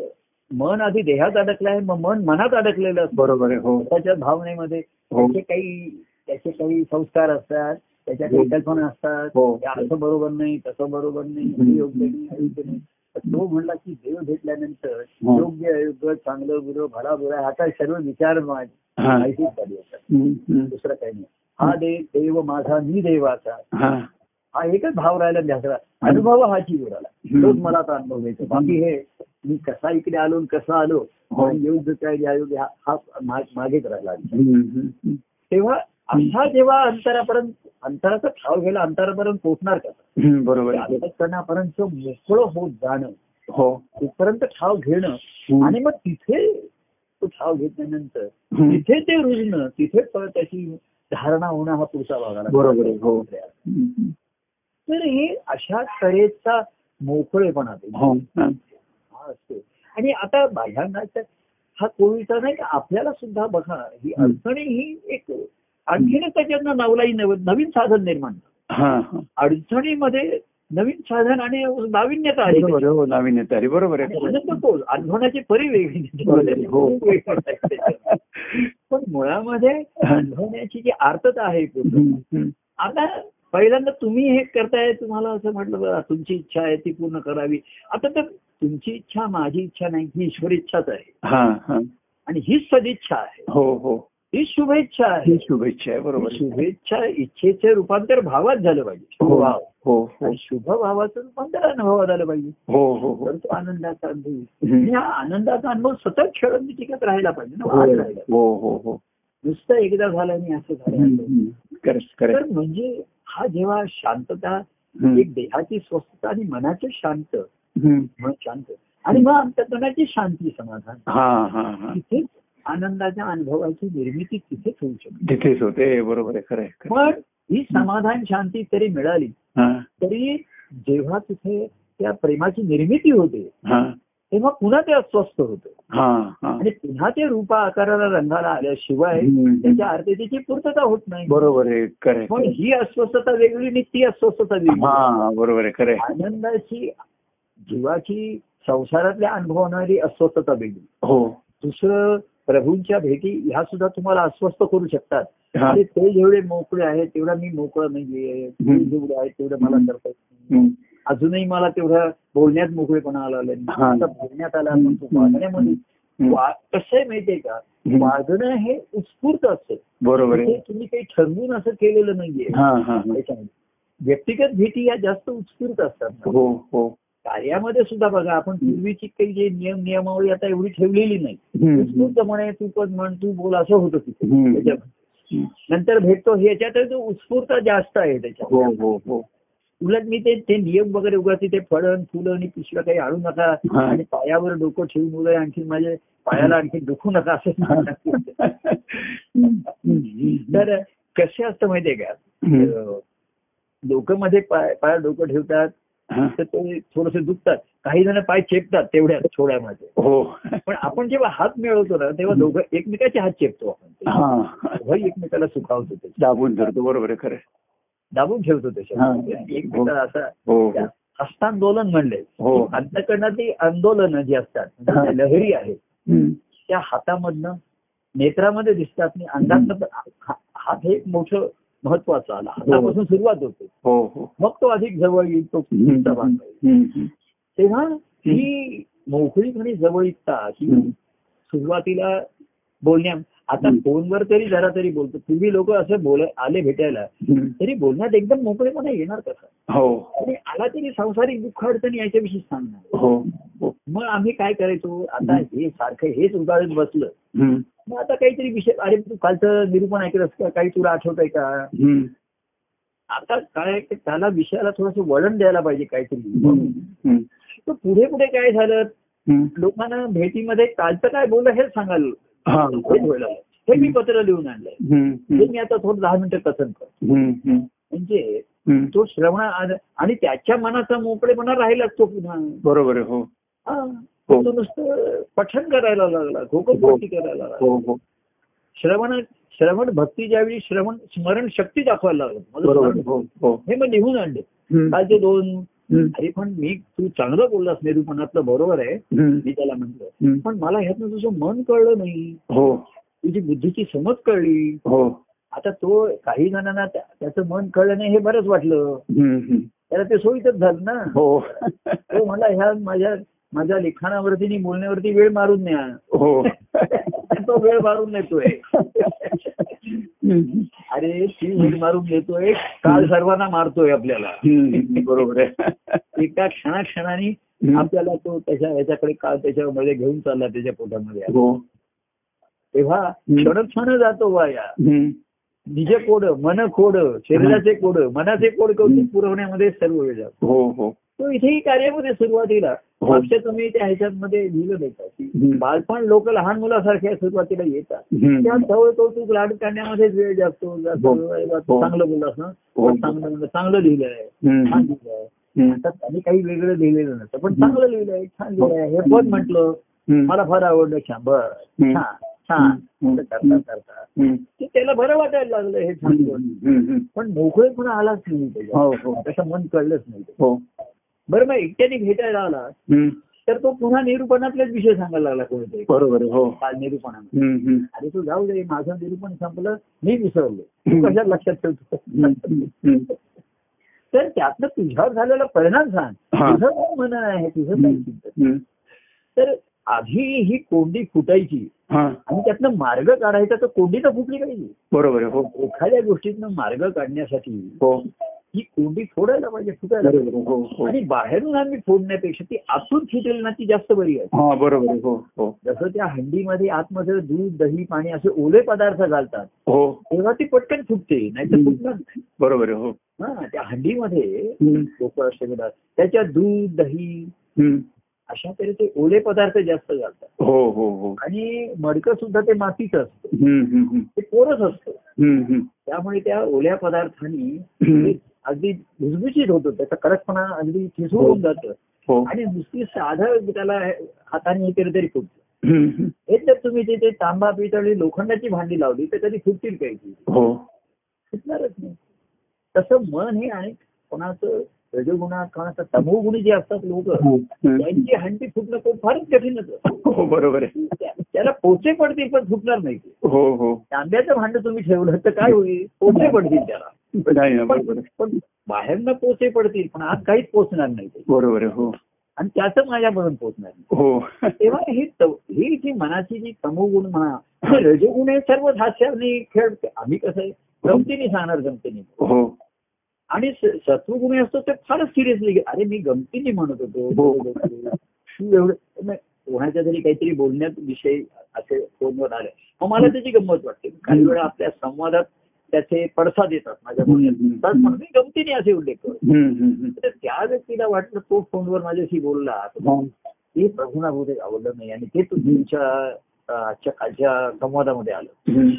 मन आधी देहात अडकलं आहे मग मन मनात अडकलेलं असतं
बरोबर आहे हो
स्वतःच्या भावनेमध्ये
हो.
त्याचे काही त्याचे काही संस्कार असतात त्याच्या काही
हो.
कल्पना असतात
हो.
हे असं बरोबर नाही तसं बरोबर नाही
हम्म.
हे योग्य नाही अयोग्य नाही तर तो म्हणला की देव भेटल्यानंतर
हो.
योग्य अयोग्य चांगलं बुरं भला बुरा आता सर्व विचार मा-
हा.
माहितीच झाले असतात
हम्म. हम्म.
दुसरं काही नाही हा दे देव माझा मी देवाचा
हा.
हा एकच भाव राहिला ध्यासला अनुभव हा जीव राहिला
हम्म.
तोच मला आता अनुभव घ्यायचा बाकी हे मी कसा इकडे आलो आणि कसा आलो
हो.
आणि योग्य काय अयोग्य हा- हा मा- मागेच राहिला
हम्म. हम्म.
तेव्हा असा जेव्हा अंतरापर्यंत अंतराचा ठाव घ्यायला अंतरापर्यंत पोहोचणार का
हम्म. बरोबर आहे
अंतकरणापर्यंत मोकळं होत जाणं
हो
तिथपर्यंत ठाव घेणं
हम्म.
आणि मग तिथे तो ठाव घेतल्यानंतर
हम्म.
तिथे ते रुजणं तिथे परत त्याची धारणा होणं हा पुढचा भागाला
बरोबर आहे, हो. हम्म.
तर हे अशा तऱ्हेचा मोकळेपणा ते
हो हा.
हा असतो आणि आता बाह्यांना तर हा कोविडचा नाही का आपल्याला सुद्धा बघा ही
हम्म.
अडचणी ही एक आणखीनच त्याच्यातनं नवलाही नव- नवीन साधन निर्माण झालं.
हा, हा.
अडचणीमध्ये नवीन साधन आणि नाविन्यता आली
बरोबर आहे, हो नाविन्यता आहे बरोबर
आणि
आहे
आनंद कोल अनुभवण्याचे परी
बरोबर आहे, हो.
वेगळी पण मुळामध्ये अनुभवण्याची जी आर्तता आहे पूर्ण
हम्म. हम्म.
आता पहिल्यांदा तुम्ही हे करताय तुम्हाला असं म्हटलं बघा तुमची इच्छा आहे ती पूर्ण करावी आता तर तुमची इच्छा माझी इच्छा नाही ही ईश्वर इच्छाच आहे
हा हा
आणि हीच सदिच्छा आहे
हो हो
ही शुभेच्छा
ही
आहे
शुभेच्छा आहे बरोबर आहे.
शुभेच्छा इच्छेचे रूपांतर भावात झालं
हो
पाहिजे शुभभाव
हो हो
आणि शुभ भावाचं रूपांतर अनुभवात आलं पाहिजे
हो हो हो
तर तो आनंदाचा अनुभव येईल.
हम्म.
आणि हा आनंदाचा अनुभव सतत खेळून टिकत राहिला पाहिजे ना वाढत राहिला
हो हो हो
नुसतं एकदा झालं आणि असं झालं असं.
करेक्ट
तर
करेक्ट
म्हणजे हा जेव्हा शांतता एक देहाची स्वस्थता आणि मनाची शांत मन शांत आणि मग अंतकरणाची शांती समाधान
हा हा हा
तिथेच आनंदाच्या अनुभवाची निर्मिती तिथेच होऊ शकते
तिथेच होते बरोबर आहे खरं आहे, खरं
पण ही समाधान शांती तरी मिळाली
आहे.
तरी जेव्हा तिथे त्या प्रेमाची निर्मिती होते
हा
तेव्हा पुन्हा ते अस्वस्थ होतं
हा हा
आणि पुन्हा ते रूपा आकाराला रंगाला आल्याशिवाय
हम्म.
त्याच्या आर्थितीची पूर्तता होत नाही
बरोबर आहे खरं
पण
आहे.
ही अस्वस्थता वेगळी आणि ती अस्वस्थता वेगळी
हा बरोबर आहे खरं आहे.
आनंदाची जीवाची संसारातल्या अनुभवणारी अस्वस्थता वेगळी
हो
दुसरं प्रभूंच्या भेटी ह्या सुद्धा तुम्हाला अस्वस्थ करू शकतात
हा.
आणि ते जेवढे मोकळे आहेत तेवढा मी मोकळा नाहीये ते जेवढे आहेत तेवढं मला करता येत नाही.
हम्म.
अजूनही मला तेवढा बोलण्यात मोकळेपणा आला नाही
हा.
आता बोलण्यात आला
हम्म.
पण तो वागण्यामध्ये
हम्म.
वा- कसं आहे माहितीये का
हम्म.
वागणं हे उत्स्फूर्त असते
बरोबर आहे
ते तुम्ही काही ठरवून असं केलेलं नाहीये
हा हा हा.
त्याच्यामध्ये. व्यक्तिगत भेटी या जास्त उत्स्फूर्त असतात ना.
हो हो
कार्यामध्ये सुद्धा बघा आपण पूर्वीची काही जे नियम नियमावली आता एवढी ठेवलेली नाही
हम्म.
उत्स्फूर्त म्हणे तू पण म्हण तू बोल असं होतं तिथे
हम्म.
त्याच्यामध्ये.
हम्म.
नंतर भेटतो ह्याच्यात तो उत्स्फूर्त जास्त आहे त्याच्यात
हो हो हो
उलट मी ते ते नियम वगैरे उगाच ते फळण फुलं आणि पिशव्या काही आणू नका
हा.
आणि पायावर डोकं ठेवून उलट आणखी माझे पायाला आणखी दुखू नका असं सांगतात.
तर
तर कसे असतं माहितीये का अं, लोकमध्ये पाय पायावर डोकं ठेवतात तर ते थोडसे दुखतात काही जण पाय चेपतात तेवढ्या थोड्यामध्ये
हो
पण आपण जेव्हा हात मिळवतो ना तेव्हा दोघं एकमेकाचे हात चेपतो आपण
हा
दोघं एकमेकाला सुखावतो त्याच्यात.
दाबून धरतो बरोबर आहे खरं आहे.
दाबून ठेवतो
हा.
त्याच्यात एकमेकाला असा
हो
त्या हस्तांदोलन म्हणले
हो.
अंतकरणातली आंदोलनं जी असतात म्हणजे
हा.
त्या लहरी आहेत
हम्म.
त्या हातामधनं नेत्रामध्ये दिसतात आणि अंगातनं पण हा- हात हे एक मोठं महत्वाचं आला हातापासून सुरुवात होते
हो हो
मग तो अधिक जवळ येईल तो पुढचा भाग
हम्म.
येईल.
हम्म.
तेव्हा ही मोकळीक आणि जवळीकता ही
हम्म.
सुरुवातीला बोलण्या आता
हम्म.
फोनवर तरी जरा तरी बोलतो तुम्ही लोक असं बोल आले भेटायला
हम्म.
तरी बोलण्यात एकदम मोकळेपणा येणार कसा
हो
आणि आला तरी सांसारिक दुःख अडचणी याच्याविषयी सांगणार
हो हो
मग आम्ही काय करायचो आता
हम्म.
हे सारखं हेच उदाहरण बसलं
हम्म.
मग आता काहीतरी विषय अरे तू कालचं निरूपण ऐकलंस का काही तुला आठवत आहे का
हम्म.
आता काय आहे की त्याला विषयाला थोडस वळण द्यायला पाहिजे काहीतरी
हम्म.
तर पुढे पुढे काय झालं
हम्म.
लोकांना भेटीमध्ये कालचं काय बोललं हे सांगाल
हा.
हे मी पत्र लिहून आणलंय
हम्म.
हे
हम्म.
मी आता थोडं दहा मिनिटं कथन करतो
हम्म. हम्म.
म्हणजे
हम्म.
तो श्रवणा आणि- आणि त्याच्या मनाचा मोकळेपणा राहिलाच तो पुन्हा
बरोबर आहे हो
हा. तो नुसतं पठण करायला लागला घोकपट्टी करायला लागला
हो हो
श्रवण श्रवण भक्ती ज्यावेळी श्रवण स्मरण शक्ती दाखवायला लागलं
बरोबर
मला
आहे. हो हो
हे मग लिहून आणले
हम्म.
कालचे दोन
हम्म.
अरे पण मी तू चांगलं बोललास निरूपणातलं बरोबर आहे
हम्म.
मी त्याला म्हटलं
हम्म.
पण मला ह्यातनं तुझं मन कळलं नाही
हो
तुझी बुद्धीची समज कळली
हो
आता तो काही जणांना त्या- त्याचं मन कळलं नाही हे बरंच वाटलं
हम्म. हम्म.
त्याला ते सोयीतच झालं ना
हो
तो मला ह्या माझ्या माझ्या लिखाणावरती आणि बोलण्यावरती वेळ मारून न्या
हो
तो वेळ मारून नेतोय
हम्म.
अरे ती वेळ मारून नेतोय काल सर्वांना मारतोय आपल्याला
हम्म. बरोबर आहे
एका क्षणाक्षणाने
हम्म.
आपल्याला तो त्याच्या याच्याकडे काल त्याच्यामध्ये घेऊन चालला त्याच्या पोटामध्ये
हो
तेव्हा क्षणक्षण जातो वाया
हम्म.
निज कोड मन कोड शरीराचे कोड मनाचे कोड करून पुरवण्यामध्ये सर्व वेळ जातो
हो हो
तो इथेही कार्यामध्ये सुरुवातीला
हो.
अक्षर तुम्ही त्या ह्याच्यामध्ये लिहिलं
हम्म.
नाही बालपण लोक लहान मुलासारख्या सुरुवातीला येतात त्या
हम्म.
सवय कौतुक लाड करण्यामध्येच वेळ जास्त होऊन जातो.
हो.
अरे वा,
हो.
चांगलं बोललास ना
हो.
चांगलं बोललं चांगलं लिहिलं आहे छान
हम्म.
लिहिलं आहे
हम्म.
आता त्यांनी काही वेगळं लिहिलेलं नसतं पण
हम्म. हो.
चांगलं लिहिलं आहे छान लिहिलं आहे हे पण म्हटलं
हम्म.
मला फार आवडलं शंभर
हम्म.
छान छान
हम्म.
असं करता करता
हम्म.
ते त्याला बरं वाटायला लागलं हे छान
हम्म.
बोल
हम्म.
पण मोकळेपणा आलाच नाही
हो,
त्याच्यात.
हो.
त्याचं मन कळलंच नाही
हो
बरं मग एकट्याने भेटायला आला
हम्म.
तर तो पुन्हा निरूपणातलेच विषय सांगायला लागला कोणीतरी
बरोबर आहे हो
काल निरूपणामध्ये
हम्म. हम्म.
अरे तू जाऊ दे माझं निरूपण संपलं मी विसरलो
हम्म.
तू कशात लक्षात ठेवतो
हम्म. हम्म.
तर त्यातनं तुझ्यावर झालेला परिणाम सांग
हा.
तुझं काय म्हणणं आहे तुझं काय
हम्म.
चिंतन
हम्म.
तर आधी ही कोंडी फुटायची
हा
आणि त्यातनं मार्ग काढायचा तर कोंडी तर फुटली पाहिजे
बरोबर आहे हो
एखाद्या गोष्टीतनं मार्ग काढण्यासाठी
हो
ही कोंडी फोडायला पाहिजे फुटायला
बरोबर
पाहिजे
आहे. हो हो
आणि बाहेरून आम्ही फोडण्यापेक्षा ती आतून फुटेल ना ती जास्त बरी आहे
हा बरोबर आहे. हो हो
जसं त्या हंडीमध्ये आतमध्ये दूध दही पाणी असे ओले पदार्थ घालतात
हो
तेव्हा ती पटकन फुटते नाही तर
हम्म.
फुटणार नाही.
बरोबर आहे. हो
हा त्या हंडीमध्ये
हम्म.
लोक असे करतात. त्याच्यात दूध दही
हम्म.
अशा तऱ्हेचे ओले पदार्थ जास्त घालतात
हो हो हो
आणि मडकं सुद्धा ते मातीचं असतं
हम्म. हम्म. हम्म.
ते कोरच असतं
हम्म. हम्म.
त्यामुळे त्या ओल्या पदार्थांनी
हम्म.
ते अगदी भुसभुशीत होतो त्याचा कडकपणा अगदी ठिसूळ
हो.
होऊन जातं
हो
आणि नुसती साधं त्याला हाताने हे केलं तरी फुटतं
हम्म. हम्म.
हे जर तुम्ही तिथे तांबा पितळी लोखंडाची भांडी लावली तर कधी फुटतील काही ती.
हो
फुटणारच नाही तसं मन हे आणि कोणाचं रजोगुणात कोणाचं तमोगुणी जे असतात लोक
हो. हम्म.
त्यांची हंडी फुटणं खूप फारच कठीणच असतं.
हो बरोबर आहे
त्या- त्याला पोचे पडतील पण फुटणार नाही ते.
हो हो
तांब्याचं भांड तुम्ही ठेवलं तर काय होईल पोचे पडतील त्याला
नाही ना बरोबर
पण
आहे.
पण बाहेरनं पोचे पडतील पण आत काहीच पोचणार नाही ते
बरोबर आहे. हो
आणि त्याचं माझ्यापर्यंत पोचणार नाही
हो
तेव्हा हे तव- ही जी मनाची जी तमोगुण म्हणा हे रजोगुण हे सर्व हास्याने खेळ आम्ही कसं आहे गमतीने सांगणार गमतीने
हो
आणि स- सत्वगुण हे असतो ते फारच सिरियसली अरे मी गमतीने म्हणत
हो.
होतो तू एवढं नाही, कोणाच्या तरी काहीतरी बोलण्यात विषय असे फोनवर आले मग मला त्याची गंमत वाटते काही वेळा आपल्या संवादात त्याचे पडसाद येतात माझ्या
हम्म.
बोलण्यात तर म्हणून मी गमतीने असे उल्लेख करतो
हम्म. हम्म.
तर त्या व्यक्तीला वाटलं तो फोनवर माझ्याशी बोलला तर
हम्म.
ते प्रभूंना बहुतेक आवडलं नाही आणि ते तु- तुमच्या अ, आजच्या कालच्या संवादामध्ये आलं
हम्म.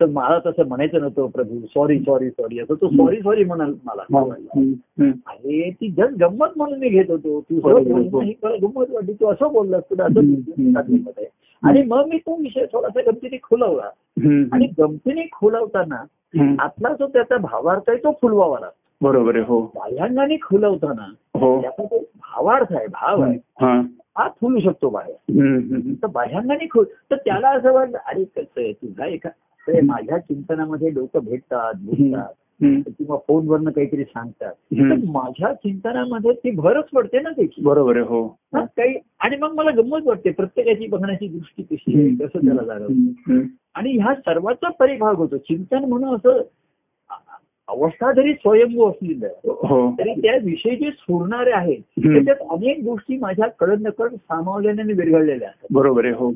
तर मला तसं म्हणायचं नव्हतं प्रभू सॉरी सॉरी सॉरी असं तो सॉरी सॉरी म्हणाल
हा.
मला
हम्म. हम्म.
अरे ती जन गंमत म्हणून मी घेत होतो तू
बरोबर,
असं बोलली
बरोबर.
नाही, मला गंमत वाटली तू असं बोललास तुला असं
हम्म, हम्म.
गंमत आहे. आणि मग मी तो विषय थोडासा गमतीने खुलवला
हम्म.
आणि गमतीने खुलवताना
हम्म.
आतला जो त्याचा भावार्थ आहे तो फुलवावा लागतो
बरोबर आहे. हो
बाह्यांगाने खुलवताना
हो
त्याचा जो भावार्थ आहे भाव आहे
हा
हा फुलू शकतो बाहेर
हम्म. हम्म.
तर बाह्यांगाने खुल तर त्याला असं वाटलं अरे कसं आहे तुझा एका तर माझ्या चिंतनामध्ये लोक भेटतात बोलतात
हम्म.
किंवा फोनवरनं काहीतरी सांगतात
हम्म.
तर माझ्या चिंतनामध्ये ती भरच पडते ना त्याची
बरोबर आहे. हो
हा, काही आणि मग मला गंमत वाटते प्रत्येकाची बघण्याची दृष्टी कशी
हो.
आहे कसं त्याला जाणवतं
हम्म. हम्म.
आणि ह्या सर्वाचा परिभाग होतो चिंतन म्हणून असं अ- अवस्था जरी स्वयंभू असली ना,
हो
तरी त्या विषयी जे स्फुरणारे आहेत
हम्म.
त्याच्यात अनेक गोष्टी माझ्या कळत नकळत सामावलेल्या आणि विरघळलेल्या असतात
बरोबर आहे. हो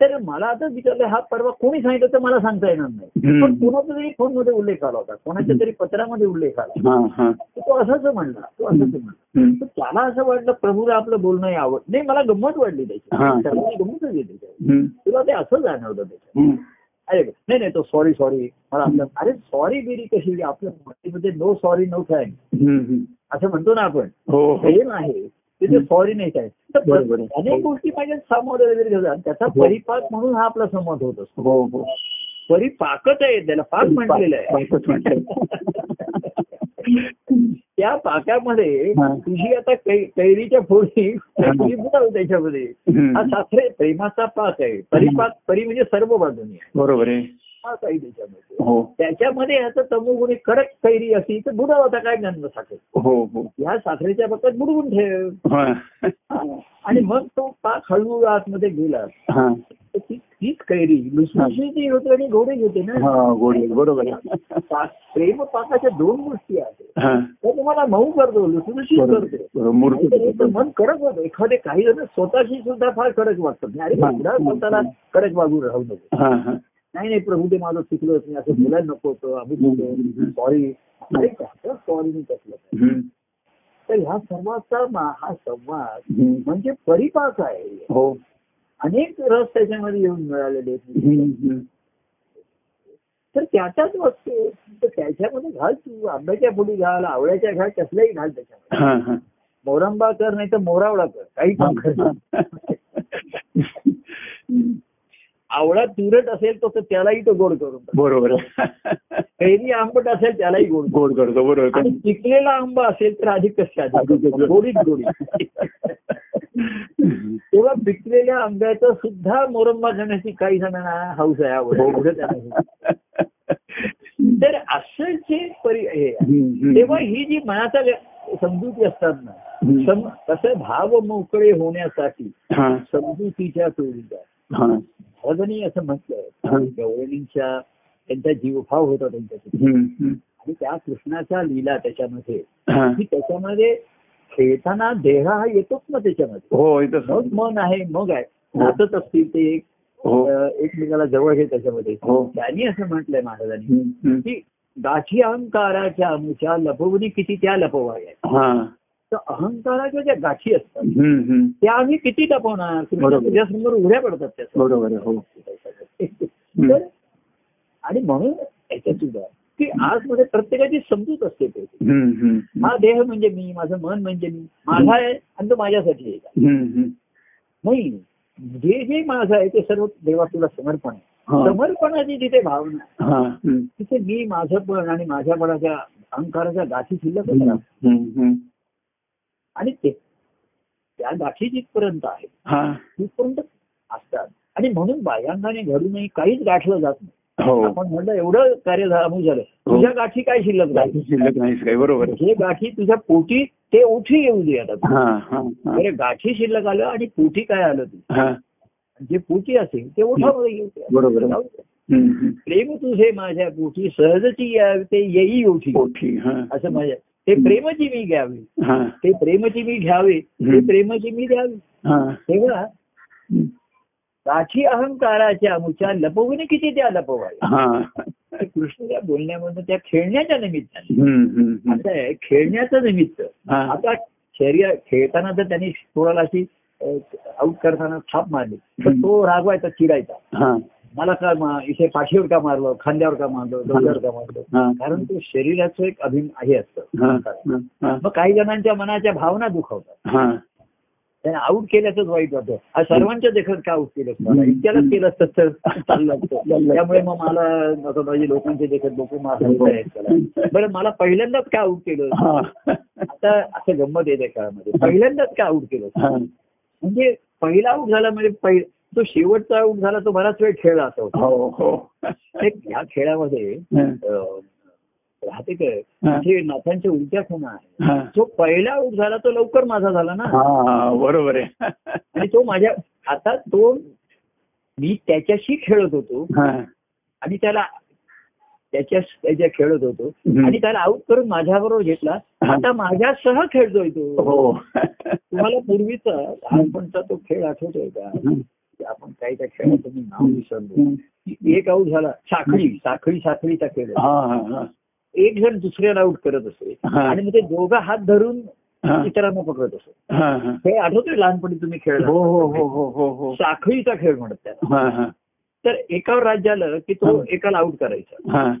तर मला आता विचारलं हा परवा कोणी सांगितलं तर मला सांगता येणार नाही
हम्म.
पण कोणाचा तरी फोनमध्ये उल्लेख आला होता कोणाच्या तरी पत्रामध्ये उल्लेख आला
हा हा
तर तो असंच म्हणला तो असंच म्हणला
हम्म.
तर त्याला असं वाटलं प्रभूला आपलं बोलणं हे आवड नाही मला गंमत वाटली त्याची
हा.
सर्वांनी गंमतच आहे त्याच्यावर
हम्म.
तुला ते असं जाणवलं त्याच्यात
हम्म.
अरे नाही नाही तो सॉरी सॉरी मला आपलं अरे सॉरी बिरी कशी आपल्या मराठीमध्ये नो सॉरी नो थँक
हम्म. हम्म.
असं म्हणतो ना आपण
हो हो
प्रेम आहे तिथे सॉरी नाही काय तर
बरोबर आहे.
अनेक गोष्टी माझ्या समोर वगैरे घेतात त्याचा
हो.
परिपाक म्हणून हा आपला संवाद होत असतो
हो हो
परिपाकच आहे त्याला पाक म्हटलेलं आहे
बायकोच म्हटलं
त्या पाकामध्ये
हा.
तुझी आता कै- कैरीच्या फोडी तुझी बुडाल त्याच्यामध्ये हा
हम्म.
सासरे प्रेमाचा पाक आहे परिपाक परी म्हणजे सर्व बाजूनी आहे
बरोबर आहे
पाक आहे त्याच्यामध्ये
हो
त्याच्यामध्ये आता तमुगुणी कडक कैरी अशी तर बुडाव आता काय गंध साखर
हो हो
ह्या साखरेच्या पकात बुडवून ठेव
हा.
हा. आणि मग तो पाक हळूहळू आतमध्ये गेला
हा.
तर ती तीच कैरी लुसलुशी जी होती आणि घोडे घेते ना
हा, गोड आहे. बरोबर आहे
पाक- प्रेम पाकाच्या दोन गोष्टी आहेत
हा.
तो तुम्हाला मऊ करतो लुसलुशी
बरोबर आहे.
करतो
बरोबर. मूर्ती
नाहीतर याचं मन कडक वाटतं एखादे काही जण स्वतःशी सुद्धा फार कडक वाटतात अरे
हा.
पुन्हा स्वतःला कडक वागून राहू नको
हा, हा.
नाही नाही प्रभू ते माझं चुकलंच नाही असं बोलायला नको होतं आम्ही
हम्म.
चुकलो सॉरी अरे कसं सॉरी मी कसलं
हम्म.
तर ह्या सर्वांचा मा- हा संवाद
हम्म.
म्हणजे परिपाक आहे
हो
अनेक रस त्याच्यामध्ये येऊन मिळालेले आहेत
हम्म, हम्म.
तर त्याच्याच वस्तू तर त्याच्यामध्ये घाल तू आंब्याच्या फुली घाल आवळ्याच्या घाल कसल्याही घाल त्याच्यामध्ये
हा, हा.
मोरंबा कर नाही तर मोरावळा कर काही पण कर आवळा तुरट असेल तो तर त्यालाही तो गोड करून टाक.
बरोबर आहे.
कैरी आंबट असेल त्यालाही गोड करून
गोड करतो बरोबर
टाक. आणि
करतो.
पिकलेला आंबा असेल तर अधिक कसे
अधिक
अधिक
कसं.
गोडीत गोडी तेव्हा पिकलेल्या आंब्याचं सुद्धा मोरंबा खाण्याची काही जणांना हाऊस आहे आवड
हो.
आहे. एवढं त्यांना माहिती आहे. तर असं जे परि हे आहे.
हम्म,
तेव्हा
हम्म.
ही जी मनाचा व्य- समजुती असतात ना
हम्म.
सम कसं भाव मोकळे होण्यासाठी
हा,
समजुतीच्या पिढीचा
हा,
भजनी असं म्हटलंय
हा.
गवळणींच्या त्यांचा जीवभाव होता त्यांच्यासाठी
हम्म, हम्म.
आणि त्या कृष्णाच्या लीला त्याच्यामध्ये
हा.
की त्याच्यामध्ये खेळताना देह हा येतोच ना त्याच्यामध्ये
हो इथं
मग
सम-
मन आहे मग आहे नाचत असतील ते एक
हो
अ, एकमेकाला जवळ घे त्याच्यामध्ये
हो.
त्यांनी असं म्हटलंय महाराजांनी
हम्म, हम्म.
की गाठी अहंकाराच्या अनुच्या लपवणी किती त्या लपवाव्या
हा
तर अहंकाराच्या ज्या गाठी असतात
हम्म, हम्म.
त्या आम्ही किती लपवणार कृष्ण
बरोबर.
तुझ्यासमोर उघड्या पडतात त्या सर्व.
बरोबर आहे, हो
तर आणि म्हणून याच्यात सुद्धा की आजमध्ये प्रत्येकाची समजूत असते ते
हम्म, हम्म, हम्म.
हा देह म्हणजे मी माझं मन म्हणजे मी माझा आहे आणि तो माझ्यासाठी आहे
हम्म, हम्म.
नाही जे जे माझं आहे ते सर्व देवा तुला समर्पण आहे
हा.
समर्पणाची तिथे भावना आहे.
हा, हम्म.
तिथे मी माझं पण आणि माझ्या पणाच्या अहंकाराच्या गाठी शिल्लक
हम्म,
असतात.
हम्म, हम्म.
आणि ते त्या गाठी जिथपर्यंत आहे
हा
तिथपर्यंत असतात आणि म्हणून बाह्यांगाने घडूनही काहीच गाठलं जात नाही
हो
आपण म्हणलं एवढं कार्य झालं अमुक झालं
हो.
तुझ्या गाठी काय शिल्लक झाली
काही शिल्लक नाहीच काही बरोबर आहे.
हे गाठी तुझ्या पोटी ते उठी येऊ दे आता
हा हा हा.
अरे गाठी शिल्लक आलं आणि पोटी काय आलं ते
हा
जे पोटी असेल ते ओठामध्ये येऊ दे.
बरोबर आहे.
जाऊ दे.
हम्म, हम्म.
प्रेम तुझे माझ्या पोटी सहजची या- ते येई ओठी
पोठी हा
असं माझ्या ते प्रेमची मी घ्यावी
हा
ते प्रेमची मी घ्यावे ते
हम्म.
प्रेमची मी द्यावी
हा
तेव्हा
हम्म.
गाठी अहंकाराच्या मुच्या लपवणे किती त्या लपवाय
हा
कृष्णाच्या बोलण्यामधून त्या खेळण्याच्या निमित्ताने
हम्म, हम्म, हम्म.
असं आहे खेळण्याचं निमित्त
हा.
आता शरीर खेळताना जर त्यांनी थोडाला अशी आउट करताना थाप मारली तर
हम्म.
तो रागवायचा चिडायचा
हा
मला का मा- इथे पाठीवर का मारलं खांद्यावर का मारलं डोक्यावर का मारलं
हा
कारण ते शरीराचं एक अभिन हे
हा
असतं
हा हा
मग काही जणांच्या मनाच्या भावना दुखावतात
हा
त्यांना आउट केल्याचंच वाईट वाटतं आज सर्वांच्या देखत का आउट केलं असतं मला इतक्यालाच केलं असतं तर चाललं असतं त्यामुळे मग मला असं माझी लोकांचे देखत लोक मारतात बरं मला पहिल्यांदाच का आउट केलं
हा
आता असं गंमत येते काळामध्ये पहिल्यांदाच का आउट केलं
हा
म्हणजे पहिला आउट झाला म्हणजे पहिल- तो शेवटचा आउट झाला तो बराच वेळ खेळला असं होता
हो हो
ते या खेळामध्ये
हा,
अं, राहते काय
हा,
ते नाथांच्या उलट्या खुणा आहे
हा.
जो पहिला आउट झाला तो लवकर माझा झाला ना
हा, बरोबर आहे
आणि तो माझ्या आता तो मी त्याच्याशी खेळत होतो
हा,
आणि त्याला त्याच्या त्याच्या खेळत होतो
हम्म.
आणि त्याला आउट करून माझ्याबरोबर घेतला आता माझ्यासह खेळतोय तो
हो
तुम्हाला पूर्वीचा लहानपणचा तो खेळ आठवतोय का की आपण काही त्या खेळाचं मी नाव विसरलो की एक आउट झाला साखळी साखळी साखळीचा खेळ आहे.
हा हा
एक जण दुसऱ्याला आउट करत असे
हा.
आणि मग ते दोघं हात धरून
हा
इतरांना पकडत असत
हा हा
खेळ आठवतोय लहानपणी तुम्ही खेळ
हो हो हो हो हो हो
साखळीचा खेळ म्हणत त्याला
हा हा
तर एकावर राज्य आलं की तो
हा.
एकाला आउट करायचा
हा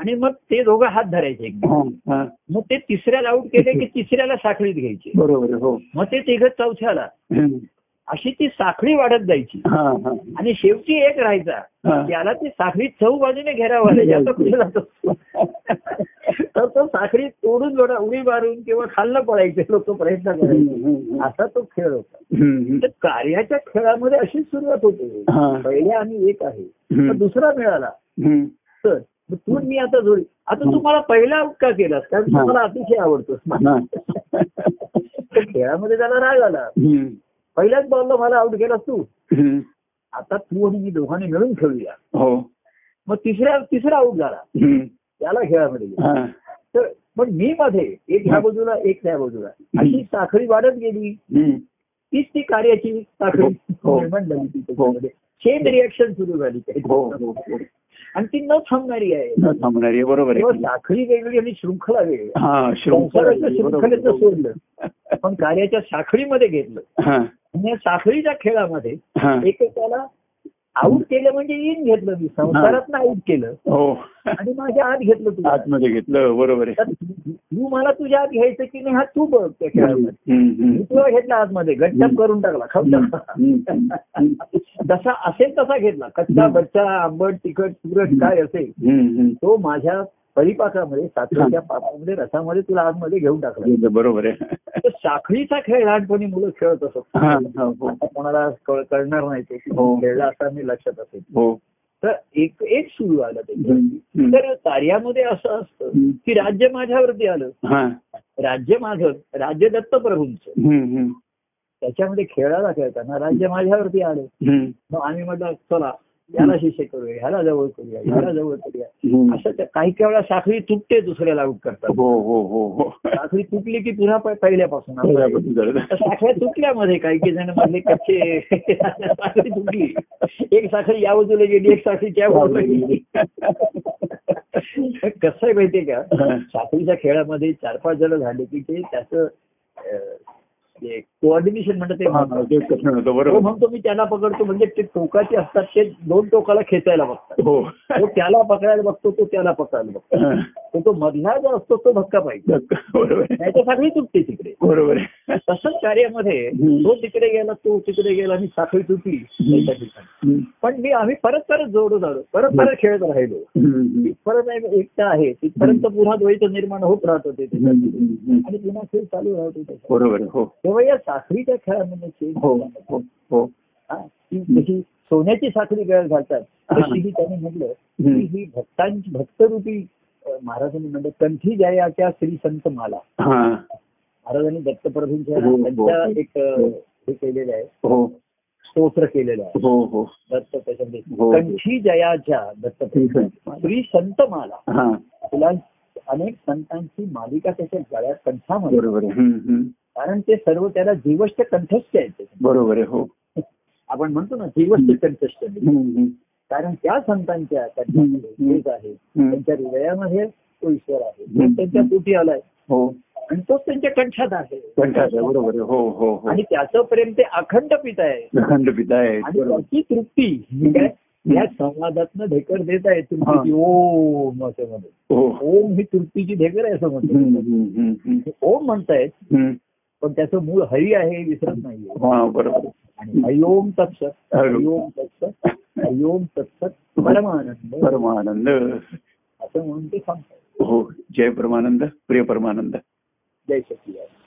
आणि मग ते दोघं हात धरायचे एकमेकांना.
हा, हा.
मग ते तिसऱ्याला आउट केले की तिसऱ्याला साखळीत घ्यायचे
बरोबर आहे, हो
मग ते तिघं चौथ्याला
हम्म.
अशी ती साखळी वाढत जायची
हा हा
आणि शेवटी एक राहायचा
हा.
त्याला ती साखळी चौ बाजूने घेराव घालायची आता कुठे जातो तर तो साखरी तोडून जोडा उडी मारून किंवा खाल्लं पडायचे लोक प्रयत्न करायचे असा तो खेळ होता तर कार्याच्या खेळामध्ये अशीच सुरुवात होते
हा.
पहिल्या आम्ही एक आहे पण दुसरा मिळाला तर मग तू आणि मी आता जोडी आता
हं.
तुम्हाला पहिला का केलास कारण
हा.
तुम्हाला अतिशय आवडतोस तर खेळामध्ये त्याला राग आला पहिल्याच बॉलला मला आउट केलास तू आता तू आणि मी दोघांनी मिळून खेळूया
हो
मग तिसऱ्या तिसरा आउट झाला त्याला खेळामध्ये गेला.
हा.
तर मग मी मध्ये एक ह्या बाजूला एक त्या बाजूला अशी साखळी वाढत गेली
हम्म.
तीच ती कार्याची साखळी
हो.
निर्माण झाली ती त्याच्यामध्ये. चेन रिॲक्शन सुरू झाली
हो हो,
काही
हो.
आणि ती न थांबणारी आहे
न थांबणार आहे बरोबर
तेव्हा
आहे
साखळी वेगळी आणि शृंखला वेगळी
हा शृंखला
संसाराचं शृंखलेचं सोडलं पण कार्याच्या साखळीमध्ये घेतलं
हा
आणि या साखळीच्या खेळामध्ये
हा
एक त्याला आऊट केलं म्हणजे इन घेतलं मी संसारात आऊट केलं
हो
आणि माझ्या आत घेतलं तुला
आतमध्ये घेतलं बरोबर आहे
तर तू तू मला तुझ्या आत घ्यायचं की नाही हा तू बघ त्या खेळामध्ये
हम्म, हम्म.
मी तुला घेतला आतमध्ये गट्टाप करून टाकला खाऊन टाकला जसा असेल तसा घेतला कच्चा बच्चा आंबट तिखट तुरट काय असेल
हम्म, हम्म.
तो माझ्या परिपाकामध्ये साखरेच्या पाकामध्ये रसामध्ये तुला आतमध्ये घेऊन टाकला
घेतलं, बरोबर आहे
तर साखळीचा खेळ लहानपणी मुलं खेळत असत
हा, हा, हो.
आता कोणाला कळ- कळणार नाही ते
हो.
खेळला असा मी लक्षात असेल
हो
तर एक एक सुरू आलं ते
हम्म, हम्म.
तर कार्यामध्ये असं असतं
हम्म.
की राज्य माझ्यावरती आलं
हा
राज्य माझं राज्य दत्तप्रभूंचं
हम्म, हम्म.
त्याच्यामध्ये खेळायला खेळताना राज्य माझ्यावरती आलं
हम्म,
मग आम्ही म्हटलं चला याला शिष्य करूया ह्याला जवळ करूया ह्याला जवळ करूया
हम्म.
असं त्या- काही काही वेळा साखळी तुटते दुसऱ्याला आउट करतात
हो हो हो हो
साखळी तुटली की पुन्हा प- पहिल्यापासून असं आहे.
बरोबर, बरोबर.
साखळ्या तुटल्यामध्ये काही काही जण मधले कच्चे साखळी तुटली एक साखळी या बाजूला गेली एक साखळी त्या बाजूला गेली कसं आहे माहितीये का
हा.
साखळीच्या खेळामध्ये चार पाच जण झाले की ते त्याचं कोऑर्डिनेशन म्हणतात ते
हा, हा, ते
महत्वाचं.
कठीण होतं
तो
बरोबर
म्हणतो मी त्याला पकडतो म्हणजे ते टोकाचे असतात ते दोन टोकाला खेचायला बघतात
हो
तो त्याला पकडायला बघतो तो त्याला पकडायला बघतो
हा.
तर तो मधला जो असतो तो भक्का पाहिजे
बरोबर आहे.
नाही तर साखळी तुटते तिकडे
बरोबर आहे.
तसंच कार्यामध्ये
हम्म.
तो तिकडे गेला तो तिकडे गेला आणि साखळी तुटली त्याच्या ठिकाणी
हम्म,
पण मी आम्ही परत परत जोडत आलो परत परत खेळत राहिलो
हम्म,
परत आम्ही एकटा आहे तिथपर्यंत पुन्हा द्वैत निर्माण होत राहत होते ते.
हम्म, हम्म, हम्म.
आणि पुन्हा खेळ चालू राहत होते
बरोबर आहे. हो
तेव्हा या साखळीच्या खेळामध्ये खेळ
हो हो हो
हा, ती जशी सोन्याची साखळी गळ घालतात
हा.
तशी ही त्याने म्हटलं
हम्म.
की ही भक्तांची भक्तरूपी अ, महाराजांनी म्हणलं कंठी जयाच्या श्री संत माला
हा
महाराजांनी दत्तप्रभूंच्या
हो, हो.
त्यांच्या एक अ, हे केलेलं आहे
हो
स्तोत्र केलेलं आहे
हो हो
दत्त त्याच्यामध्ये
हो.
कंठी जयाच्या दत्तप्रभू
हम्म.
श्री संत माला
हा
तुला अनेक संतांची मालिका त्याच्या गळ्यात कंठामध्ये
बरोबर आहे हम्म, हम्म.
कारण ते सर्व त्याला जीवष्ट कंठस्थ आहेत
बरोबर आहे हो
आपण म्हणतो ना जीवष्ट कंठस्थ आहे.
हम्म, हम्म.
कारण त्या संतांच्या कंठामध्ये
हम्म.
तेज आहे
हम्म.
त्यांच्या हृदयामध्ये तो ईश्वर आहे
हम्म.
तो त्यांच्या पोटी आलाय
हो
आणि तोच त्यांच्या कंठात आहे
कंठाचा बरोबर आहे. हो हो हो
आणि त्याचं प्रेम ते अखंड पित आहे
अखंड पिता आहे
आणि
बरोबर
त्याची तृप्ती ही काय या संवादातनं ढेकर देत आहे
हा.
तुमची ओम असं म्हणून
हो
ओम ही तृप्तीची ढेकर आहे असं
हम्म,
म्हणतो
हम्म, हम्म, हम्म.
ओम म्हणतायत
हम्म.
पण त्याचं मूळ हरी आहे हे विसरत नाहीये
हा बरोबर
आणि हरिओम तत्सत
हरि.
हरिओम तत्सत हरिओम तत्सत परमानंद
परमानंद
असं म्हणून ते सांगतात
हो जय परमानंद प्रिय परमानंद
जय शक्ती